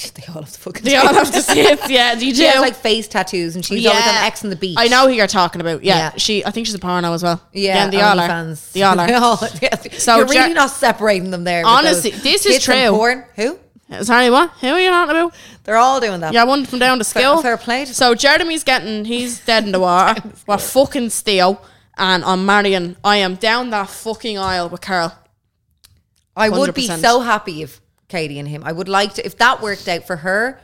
They all have to fucking. They all have to sit. Yeah, you do. She has like face tattoos, and she's always on Yeah. X on the beach. I know who you're talking about. Yeah, Yeah. she. I think she's a porno as well. Yeah, they all are. Fans. They all are. So so you're really Jer- not separating them there. with Honestly, those this is kids and true. Porn. Who? Sorry, what? Who are you talking about? They're all doing that. Yeah, one from down to skill. fair play to- So Jeremy's getting, he's dead in the water. We're fucking steel, and I'm marrying. I am down that fucking aisle with Carl. I would be 100%. so happy if Katie and him. I would like to if that worked out for her.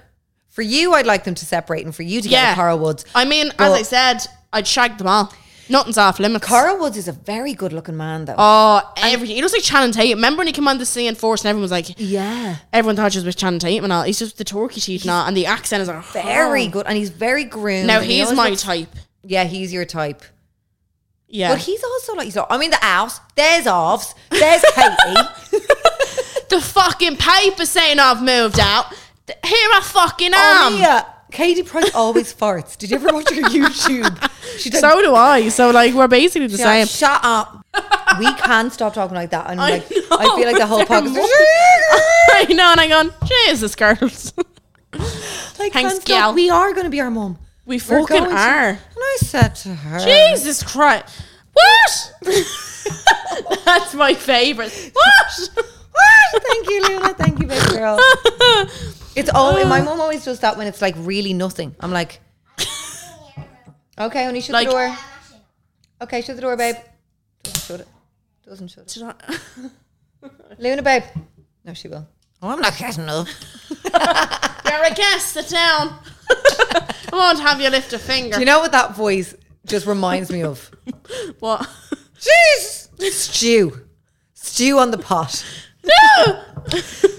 For you, I'd like them to separate, and for you to get Yeah, with Cara Woods. I mean, But- as I said, I'd shag them all. Nothing's off limits. Cara Woods is a very good-looking man, though. Oh, everything. He looks like Channing Tatum. Remember when he came on the scene force and everyone was like, yeah, everyone thought she was with Channing Tatum and all. He's just the turkey teeth and all, and the accent is like, very oh. good, and he's very groomed. Now and he he's always my looks- type. Yeah, he's your type. Yeah. But he's also like, he's like, I mean, the Alves, there's Alves, there's Katie. the fucking paper saying I've moved out. Th- Here I fucking Oh, am. Mia, Katie Price always farts. Did you ever watch her YouTube? She does. So do I. So like we're basically the She's like, same. Shut up. We can stop talking like that. And I like, know, I feel like the whole they're podcast. more- I know, and I'm going, Jesus, girls. like, Thanks, can't gal. stop. We are going to be our mum. We We're fucking going to- are. And I said to her, Jesus Christ. What? That's my favourite. What? "Ah, Thank you, Luna. Thank you, big girl. It's all. my mum always does that when it's like really nothing. I'm like, okay, only shut Like- the door. Okay, shut the door, babe. Doesn't shut it. Doesn't shut it. Luna, babe. No, she will. Oh, I'm not getting up. You're a guest. Sit down. I won't have you lift a finger. Do you know what that voice just reminds me of? what? Jeez! Stew. Stew on the pot. No.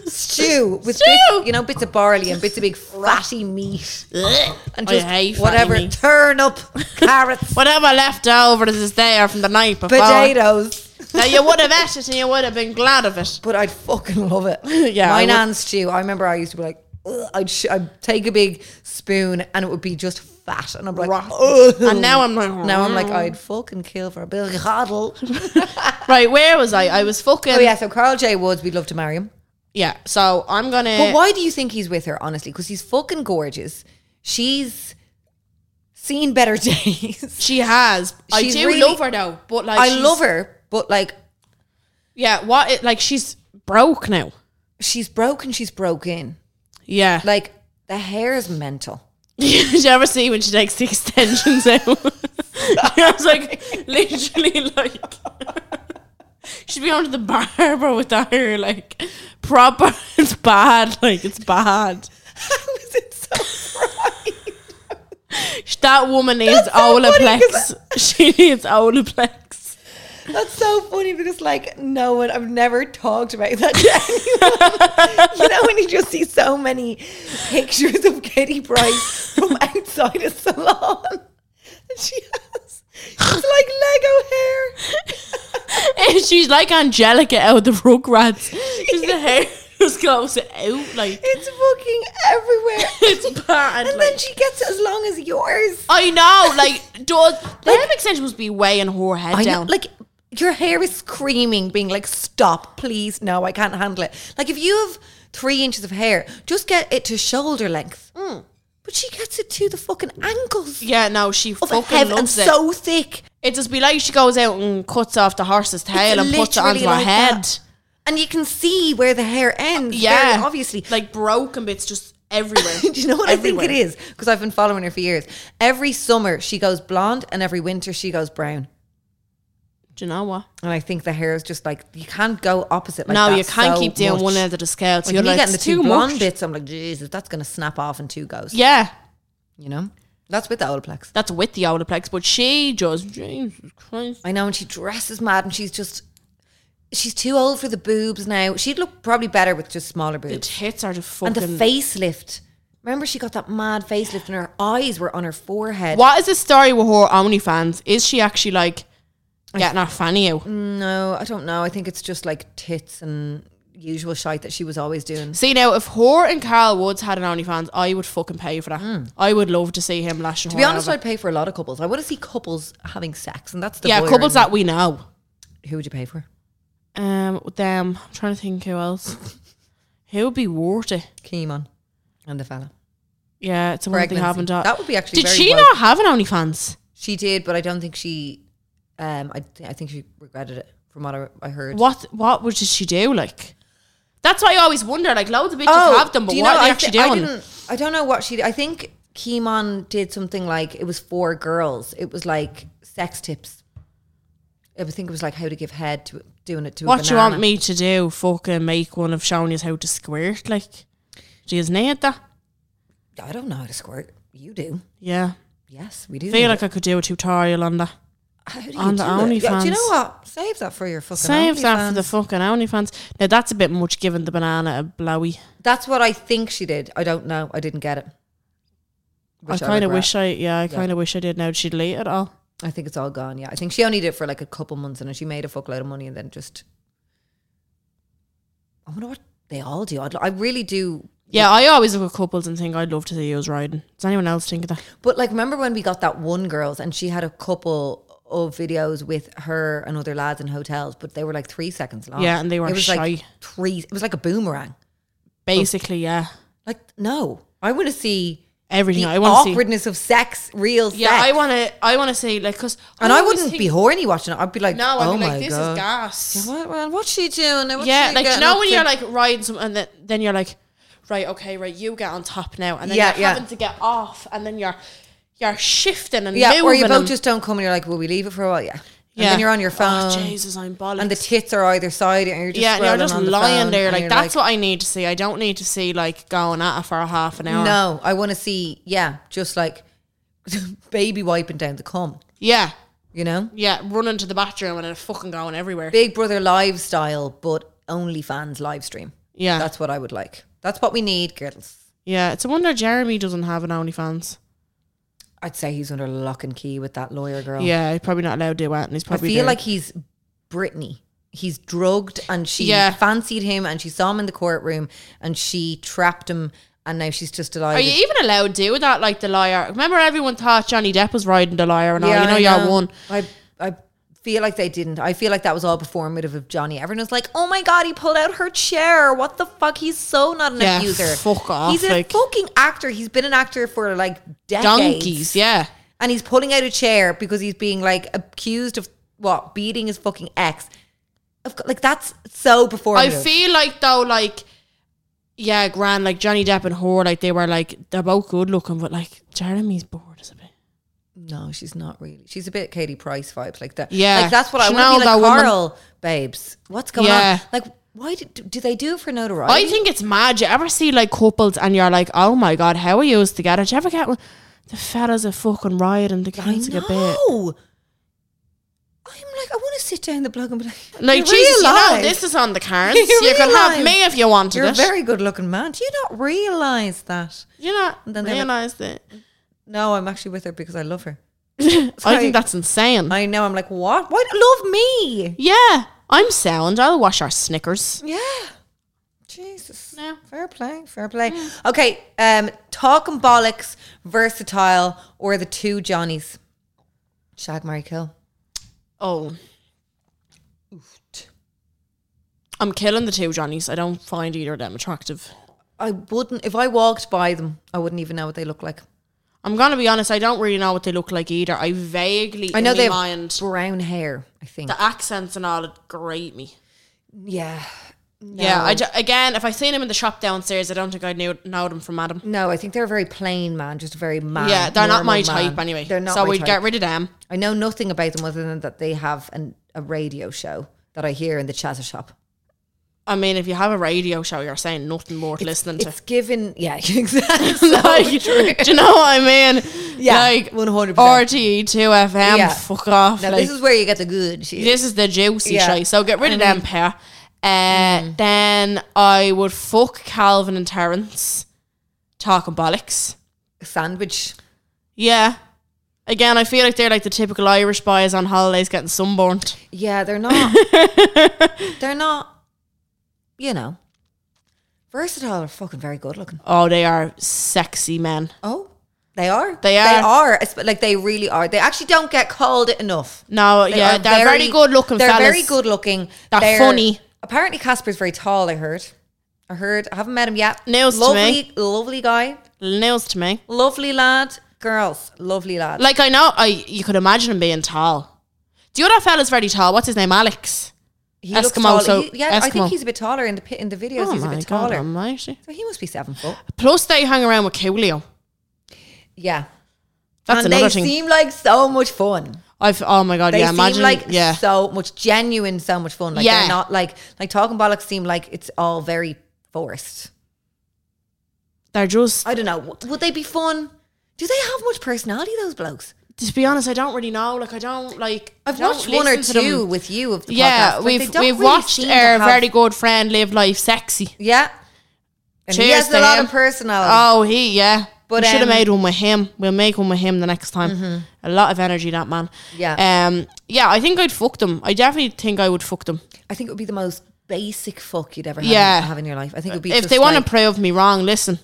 Stew with Stew. Bits, you know bits of barley and bits of big fatty meat and I just hate fatty whatever meat. turn up carrots, Whatever left over that is there from the night before. potatoes. Now you would have ate it and you would have been glad of it. But I'd fucking love it. Yeah, I my would. nan's stew. I remember I used to be like, "Ugh," I'd, sh- I'd take a big spoon and it would be just fat, and I'm like, "Ugh." And now I'm like, now I'm like, I'd fucking kill for a bit of coddle. right, where was I? I was fucking. oh yeah, so Carl J Woods, we'd love to marry him. Yeah, so I'm gonna. But why do you think he's with her, honestly? Because he's fucking gorgeous. She's seen better days. She has. I She's do really- love her though, but like I she's- love her, but like Yeah, what? It, like she's broke now. she's broken, she's broken. Yeah. Like, Like the hair is mental. did you ever see when she takes the extensions out? I was like, literally, like she'd be under the barber with that hair, like proper. It's bad. Like it's bad. was it so right? That woman needs That's so funny 'cause Olaplex. She needs Olaplex. That's so funny because like no one I've never talked about that to anyone. you know when you just see so many pictures of Katie Price from outside a salon. And she has it's like Lego hair. And she's like Angelica out of the Rugrats. Just the hair just goes out like It's fucking everywhere. It's bad, And like- then she gets it as long as yours. I know, like does them extensions must be weighing her head I know, down. like your hair is screaming, being like, "Stop, please, no, I can't handle it." Like if you have three inches of hair, just get it to shoulder length. But she gets it to the fucking ankles. Hmm. yeah, no, she Of fucking Oh, heaven and loves it. so thick, it just be like she goes out and cuts off the horse's tail and puts it literally onto her like head. that. and you can see where the hair ends. Yeah, very obviously. like broken bits just everywhere. Do you know what I think it is? Because I've been following her for years. Every summer she goes blonde, and every winter she goes brown. Do you know what? And I think the hair is just like you can't go opposite. Like no, that you can't so keep doing much. one end of the scale. So Like, you're if you like, getting the it's too two blonde much. bits, I'm like, Jesus, that's gonna snap off in two goes. Yeah, You know? That's with the Olaplex. that's with the Olaplex, but she just Jesus Christ. I know, and she dresses mad and she's just she's too old for the boobs now. She'd look probably better with just smaller The boobs. tits are just And fucking. the facelift. Remember she got that mad facelift and her eyes were on her forehead. What is the story with her OnlyFans? Is she actually like getting her fanny out? Mm. No, I don't know. I think it's just like tits and usual shite that she was always doing. See now, if her and Carl Woods had an OnlyFans, I would fucking pay for that. I would love to see him lashing. Mm. To her be honest, over. I'd pay for a lot of couples. I want to see couples having sex, and that's the yeah, voyeur couples in that we know. me. Who would you pay for? Um, them. I'm trying to think who else. who would be worth it? Keem on. and the fella. Yeah, it's a one thing Pregnancy. happened. to- That would be actually Did very she woke. not have an OnlyFans? She did, but I don't think she. Um, I th- I think she regretted it from what I, I heard. What What would- did she do? Like, that's why I always wonder. Like, loads of bitches have them, Oh, but do you what know, are they I actually thi- I doing? didn't- I don't know what she. I think Kimon did something like it was for girls. It was like sex tips. I would think it was like how to give head to doing it to. a What do you banana. want me to do? Fucking make one of showing you how to squirt. Like, do you need that? I don't know how to squirt. You do. Yeah. Yes, we do. I feel like I could do a tutorial on that. how do you on the do it? Yeah, do you OnlyFans. know what? Save that for your fucking. Save that for the OnlyFans. fucking OnlyFans. Now, that's a bit much giving the banana a blowy. That's what I think she did. I don't know. I didn't get it. Which I kind of regret. wish I, yeah, I kind of wish I did now. Did she delete it all? I think it's all gone. Yeah, I think she only did it for like a couple months, and then she made a fuckload of money, and then just. I wonder what they all do. I'd, I really do. Yeah, I always look at couples and think I'd love to see you riding. Does anyone else think of that? But like, remember when we got that one girls, and she had a couple of videos with her and other lads in hotels, but they were like three seconds long. Yeah, and they were it was like shy. three. It was like a boomerang. Basically, yeah, Like no, I want to see everything. the I want to see. awkwardness of sex, real Yeah, sex. I want to. I want to see like because. and I wouldn't be horny watching it. I'd be like, No, I'd oh be my like, this god, is gas. What, well, what's she doing? What's yeah, she like you getting know up when to? you're like riding some, and then, then you're like, right, okay, right, you get on top now, and then Yeah, you're yeah. having to get off, and then you're you're shifting and Yeah, moving. or you both and- just don't come and you're like, will we leave it for a while? Yeah. And yeah. then you're on your phone. Oh, Jesus, I'm bollocks. and the tits are either side and you're just yeah, and you're scrolling just on the lying phone there. and Like you're that's what I need to see. I don't need to see like going at it for a half an hour. No, I want to see, yeah, just like baby wiping down the cum, Yeah, you know? yeah, running to the bathroom and then fucking going everywhere. Big Brother lifestyle, but OnlyFans live stream. Yeah. That's what I would like. That's what we need, girls. Yeah, it's a wonder Jeremy doesn't have an OnlyFans. I'd say he's under lock and key with that lawyer girl. Yeah, he's probably not allowed to do it, and he's Oh. I probably. feel doing- like he's Brittany. He's drugged and she Yeah. fancied him and she saw him in the courtroom and she trapped him and now she's just alive. Are you even allowed to do that? Like the liar. Remember, everyone thought Johnny Depp was riding the liar, and all. You know, I y'all won. I I feel like they didn't. I feel like that was all performative of Johnny. Everyone was like, "Oh my god, he pulled out her chair. What the fuck? He's so not an Yeah, abuser. fuck off, He's a like- fucking actor. He's been an actor for like decades. Donkeys, yeah. and he's pulling out a chair because he's being like accused of what beating his fucking ex. Of co- Like that's so performative. I feel like though, like yeah, grand. Like Johnny Depp and her, like they were like they're both good looking, but like Jeremy's bored as a bit. no, she's not really. She's a bit Katie Price vibes like that. Yeah. like that's what I She want to be knows like. that woman. Carl, babes, what's going Yeah. on? Like, why did, do they do it for notoriety? I think it's mad. You ever see like couples and you're like, oh my god, how are you together? Do you ever get one? The fella's a fucking riot and the kids get bit. know. I'm like, I want to sit down the blog and be like, Like "You Jesus, you know realise- this is on the cards. You You, could have realise me if you wanted You're a it. very good looking man. Do you not realize that? you know, And then then they're like- realized it. No, I'm actually with her because I love her. I think that's insane. I know. I'm like, what? Why love me? yeah, I'm sound. I'll wash our Snickers. Yeah. Jesus. Yeah. Fair play. Fair play. Okay. Um, talking bollocks, versatile, or the two Johnnies. Shag, Mary, kill. Oh. I'm killing the two Johnnies. I don't find either of them attractive. I wouldn't. If I walked by them, I wouldn't even know what they look like. I'm gonna be honest. I don't really know what they look like either. I vaguely I know in they my have mind brown hair. I think. the accents and all it grate me. yeah. Yeah. No. I ju- again, if I seen him in the shop downstairs, I don't think I knew know them from Adam. No, I think they're a very plain man, just a very man. yeah, they're normal not my man. type anyway. They're not. so my we'd type. get rid of them. I know nothing about them other than that they have an, a radio show that I hear in the chatter shop. I mean, if you have a radio show, you're saying nothing worth listening to. It's given, yeah, exactly. like, do you know what I mean? Yeah, like 100%. RTE two FM. Yeah. Fuck off. now like- this is where you get the good shit. This is the juicy Yeah. Mm. shit. So get rid of them pair. Uh, Then I would fuck Calvin and Terence. Talking bollocks. Sandwich. Yeah. Again, I feel like they're like the typical Irish boys on holidays getting sunburnt. Yeah, they're not. they're not. You know, versatile are fucking very good looking. Oh, they are sexy men. Oh, they are. They They are. are. It's- Like they really are. They actually don't get called it enough. No, They yeah, are they're very, good looking They're fellas. very good looking. They're funny. Apparently, Casper's very tall. I heard. I heard. I haven't met him yet. Nails to lovely, me. lovely guy, Nails to me. lovely lad. Girls, lovely lad. Like I know, I you could imagine him being tall. The other fella's very tall. What's his name? Alex. he looks Eskimo, tall. so He- yeah, I Eskimo. think he's a bit taller in the pi- in the videos. he's a bit Oh God, taller, almighty. so he must be seven foot. Plus, they hang around with Coolio. Yeah, That's and another they thing. seem like so much fun. I've oh my god, They yeah. seem Imagine, like yeah. so much genuine, so much fun. Like Yeah. they're not like like talking bollocks. Seem like it's all very forced. they're just. I don't know. W- Would they be fun? Do they have much personality? Those blokes. To be honest, I don't really know. Like, I don't like. I've don't watched one or listen to them. two with you of the podcast. Yeah, Like, they we've don't we've really watched seem our to have- very good friend live life sexy. yeah. And he Cheers has to a lot him. of personality. Oh, he yeah. But But, we should have um, Mm-hmm. made one with him. We'll make one with him the next time. A lot of energy, that man. Yeah. Um. Yeah, I think I'd fuck them. I definitely think I would fuck them. I think it would be the most basic fuck you'd ever Yeah. have, have in your life. I think it would be if just they want like- to prove me wrong, listen.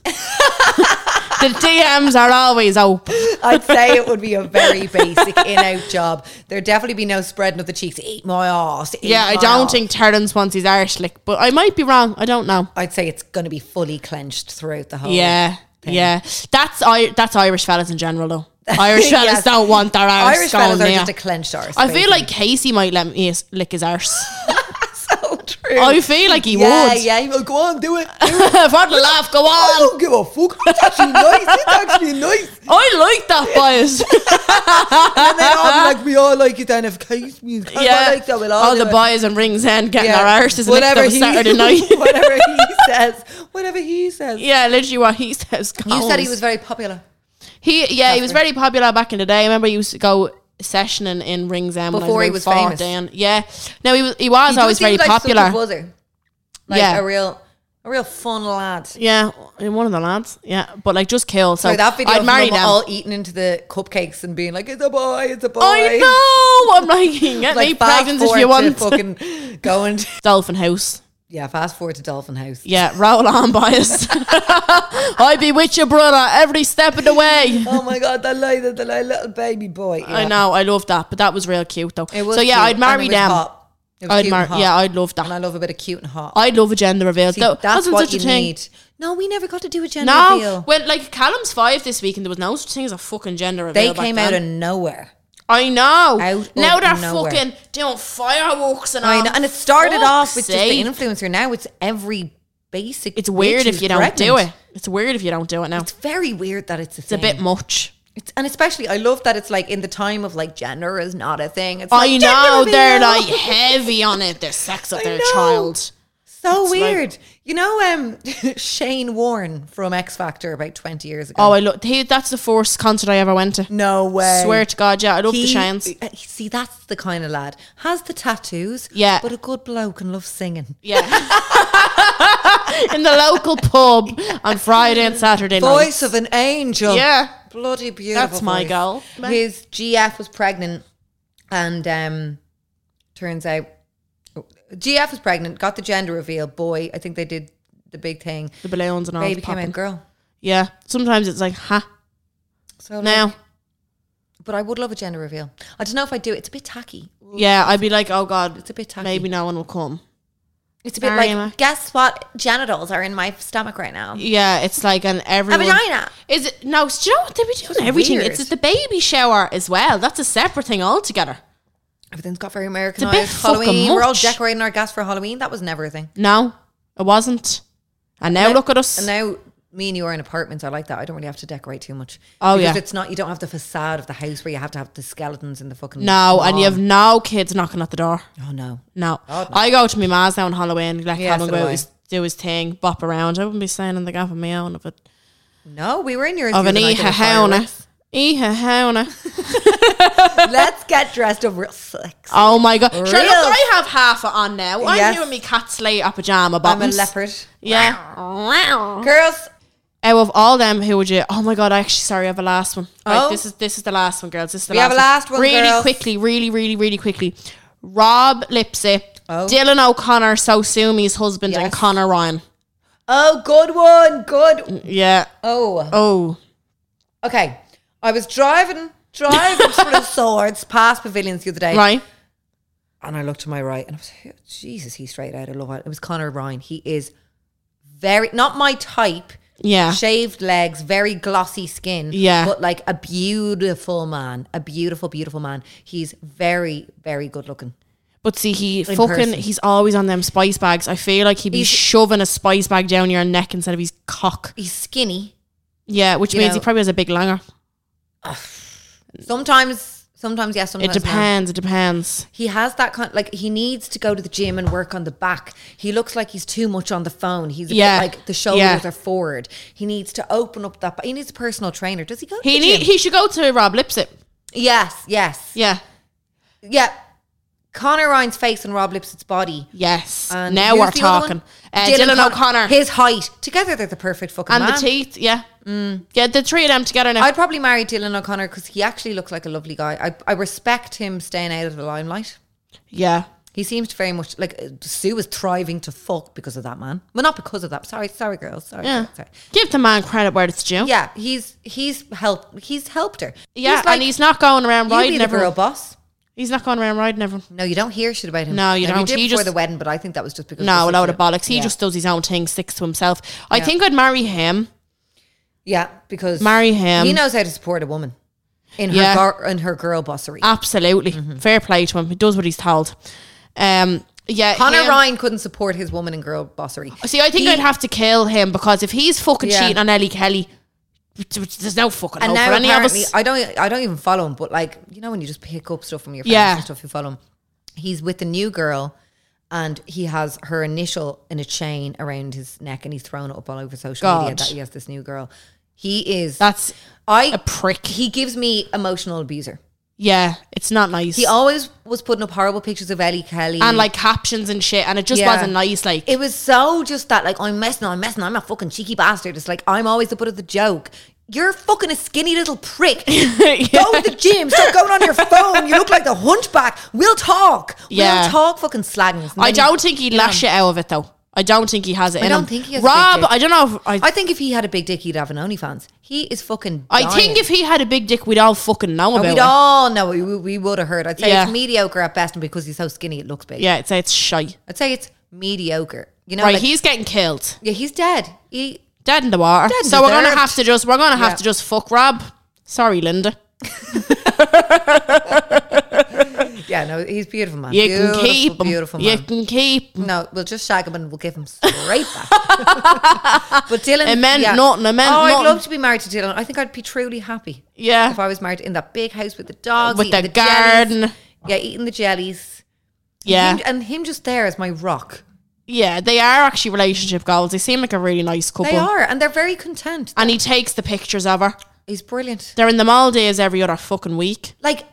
the DMs are always open. I'd say it would be a very basic in-out job. There'd definitely be no spreading of the cheeks. Eat my ass. Yeah, I don't think Terence wants his Irish lick, but I might be wrong. I don't know. I'd say it's going to be fully clenched throughout the whole. yeah, yeah. That's I. That's Irish fellas in general, though. Irish fellas Yes. don't want their Irish, Irish going fellas are near. just a clenched arse. I feel like Casey might let me s- lick his arse. so Oh, true. I feel like he yeah, would. yeah. he would, Go on, do it. For the laugh, go I on. don't give a fuck. It's actually nice. It's actually nice. I like that bias. And then I'll be like, we all like identification music. yeah, I like that. We'll all, all do the it. boys and rings end getting Yeah. their arses licked on a Saturday night. whatever he says. Whatever he says. yeah, literally what he says. You said he goes. was very popular. He yeah, he was very popular back in the day. I remember he used to go sessioning in Rings End Before when I he was was famous. famous. Yeah, no, he was he was He does always seem very like such a popular. buzzer. Like Yeah. a real, a real fun lad. Yeah, one of the lads. Yeah, but like just kill. So So that video I'd of marry them them. all eating into the cupcakes and being like, "It's a boy, it's a boy." I know. I'm like, you can get Like me fast pregnant if forward you to want. fucking going. To, Dolphin House. yeah, fast forward to Dolphin House. Yeah, roll on, boys. I be with you, brother, every step of the way. Oh my god, that little, that little baby boy. I Yeah. know. I love that, but that was real cute though. It was so yeah, cute, I'd marry and it was them. hot. It was I'd cute marry. and hot. Yeah, I'd love and I that. love a bit of cute and hot. I'd love a gender reveal. See, That that's wasn't what such a you thing. need. No, we never got to do a gender No, reveal. well, like Callum's five this week, and there was no such thing as a fucking gender reveal. They back came then. out of nowhere. I know. out of now they're nowhere. fucking doing fireworks and all. I know, and it started Fuck's off with just the sake. influencer. Now it's every basic. It's weird bitch if who's you don't do pregnant. it. It's weird if you don't do it now. It's, It's very weird that it's a a thing. bit much. It's, and especially, I love that it's like in the time of like gender is not a thing. It's I like, know gender they're reveal. like heavy on it. The sex of I their know. child. so like- weird. you know, um, Shane Warne from X Factor about twenty years ago. Oh, I look. He, that's the first concert I ever went to. no way! Swear to God, yeah, I love the Shines. uh, See, that's the kind of lad has the tattoos. Yeah. but a good bloke and loves singing. Yeah. In the local pub on Friday and Saturday nights. Voice of an angel. Yeah. bloody beautiful. That's my voice. gal. His GF was pregnant, and um, turns out GF was pregnant. Got the gender reveal. Boy, I think they did the big thing. The balloons and all. Baby came popping. out girl. Yeah. Sometimes it's like, ha. So like- Now, but I would love a gender reveal. I don't know if I do. it. It's a bit tacky. yeah, I'd be like, oh God, It's a bit tacky. maybe no one will come. It's a bit Sorry, like Emma. guess what? Genitals are in my stomach right now. Yeah, it's like an A everyone. vagina. Is it no? Do you know what they be doing? Everything. weird. It's at the baby shower as well. That's a separate thing altogether. Everything's got very bit Americanized. fucking Halloween. We're all much. decorating our gas for Halloween. That was never a thing. No, it wasn't. And now Now- look at us. And now me and you are in apartments. I like that. I don't really have to decorate too much. Oh, because yeah. it's not. You don't have the facade of the house where you have to have the skeletons and the fucking. no, and you have lawn. no kids knocking at the door. Oh no. No, God, no. I go to my ma's now on Halloween. Let Yeah, Callum so go do out I. his, do his thing, bop around. I wouldn't be staying in the gaff of my own of it. No, we were in yours. Of the an other night, there were eha hauna. fireworks. Eha hauna. Let's get dressed up real sexy. Oh my god. Sure, Real. look, I have half it on now. I'm Yes. doing me cat slate at pajama I'm a bottoms. leopard. Yeah. Girls, Out of all them, who would you? Oh my god! I actually sorry, I have a last one. Right, Oh. this is this is the last one, girls. This is the We last have a last one, Really girls. quickly, really, really, really quickly. Rob Lipsy, Oh. Dylan O'Connor, so Sumi's husband, and Yes. Connor Ryan. Oh, good one. Good. Yeah. Oh. Oh. Okay. I was driving, driving through the swords past pavilions the other day. Right. "Oh, And I looked to my right and I was like, Jesus, he's straight out of Love Island. It was Connor Ryan. He is very not my type. Yeah. Shaved legs, very glossy skin. Yeah. But like a beautiful man. A beautiful, beautiful man. He's very, very good looking. But see, he In fucking, person. he's always on them spice bags. I feel like he'd be He's- shoving a spice bag down your neck instead of his cock. He's skinny. Yeah, which You means know- he probably has a big langer. Sometimes sometimes yes, It sometimes no. depends, it depends. He has that kind like he needs to go to the gym and work on the back. He looks like he's too much on the phone. He's a bit Yeah. like the shoulders Yeah. are forward. He needs to open up that. He needs a personal trainer. Does he go? To He the need, gym? he should go to Rob Lipsit. yes, yes, Yeah. yeah. Connor Ryan's face and Rob Lipsit's body. Yes. And now who's we're the other talking. one? Uh, Dylan, Con- O'Connor His height. Together, they're the perfect fucking and man. Mm. the teeth. Yeah. Yeah, the three of them together now. I'd probably marry Dylan O'Connor because he actually looks like a lovely guy. I, I respect him staying out of the limelight. yeah. He seems to very much like uh, Sue is thriving to fuck because of that man. Well, not because of that. Sorry, sorry, girls. Sorry, Yeah. girls, sorry. Give the man credit where it's due. Yeah, he's he's helped. He's helped her. Yeah, like, and he's not going around you be riding the girl everyone. boss. He's not going around riding everyone. No, you don't hear shit about him. No, you Now, don't. did He before just- the wedding, but I think that was just because No, a the load situ- of bollocks. He yeah. just does his own thing, sticks to himself. I think I'd marry him. yeah because Marry him. He knows how to support a woman in Yeah. her gar- in her girl bossery. Absolutely. Mm-hmm. Fair play to him. He does what he's told. Um, yeah. Connor him- Ryan couldn't support his woman in girl bossery. See, I think He- I'd have to kill him because if he's fucking Yeah. cheating on Ellie Kelly, there's no fucking and hope now for any of apparently, us. I don't, I don't even follow him. But like, you know, when you just pick up stuff from your friends Yeah. and stuff, you follow him. He's with a new girl, and he has her initial in a chain around his neck, and he's thrown it up all over social media God. that he has this new girl. He is That's I a prick. He gives me emotional abuser. yeah, it's not nice. He always was putting up horrible pictures of Ellie Kelly and like captions and shit, and it just Yeah. wasn't nice. Like, It was so just that, like, I'm messing, I'm messing, I'm a fucking cheeky bastard. It's like, I'm always the butt of the joke. You're fucking a skinny little prick. Go to the gym, stop going on your phone. You look like the hunchback. We'll talk. Yeah. We'll talk fucking slaggings. And then I he- don't think he'd lash it out of it though. I don't think he has it. I in don't him. think he has a big Rob, dick. I don't know. If, I, I think if he had a big dick, he'd have an OnlyFans. He is fucking. I think dying. if he had a big dick, we'd all fucking know And about we'd it. all know we, we would have heard. I'd say Yeah. it's mediocre at best, and because he's so skinny, it looks big. Yeah, it's it's shy. I'd say it's mediocre. You know, right, like- he's getting killed, yeah, he's dead. He dead in the water. Dead and so we're gonna deserved. have to just we're gonna have Yeah. to just fuck Rob. Sorry, Linda. Yeah, no, he's beautiful man. You beautiful, can keep him. beautiful you man. can keep. him. no, we'll just shag him and we'll give him straight back. but Dylan, It meant nothing, it meant oh, nothing. I'd love to be married to Dylan. I think I'd be truly happy Yeah. if I was married in that big house with the dogs, With eating the jellies. garden. Yeah, eating the jellies. Yeah, Him- and him just there as my rock. yeah, they are actually relationship goals. They seem like a really nice couple. They are, and they're very content. And he takes the pictures of her. He's brilliant. They're in the Maldives every other fucking week. Like.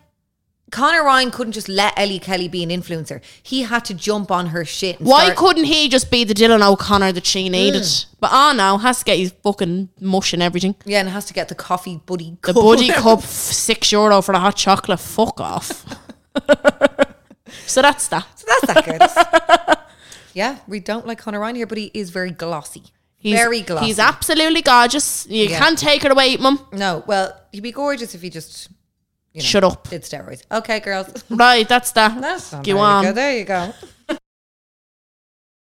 Connor Ryan couldn't just let Ellie Kelly be an influencer. He had to jump on her shit. And Why start- couldn't he just be the Dylan O'Connor that she needed? But oh no, has to get his fucking mush and everything. Yeah, and has to get the coffee buddy. The buddy cup, f- six euro for the hot chocolate. Fuck off. so that's that. That's that good. yeah, we don't like Connor Ryan here, but he is very glossy. He's, very glossy. He's absolutely gorgeous. You Yeah. can't take it away, mum. No, well, he'd be gorgeous if he just you know, Shut up. did steroids. Okay, girls. Right, that's that. That's not Go very on. good. There you go.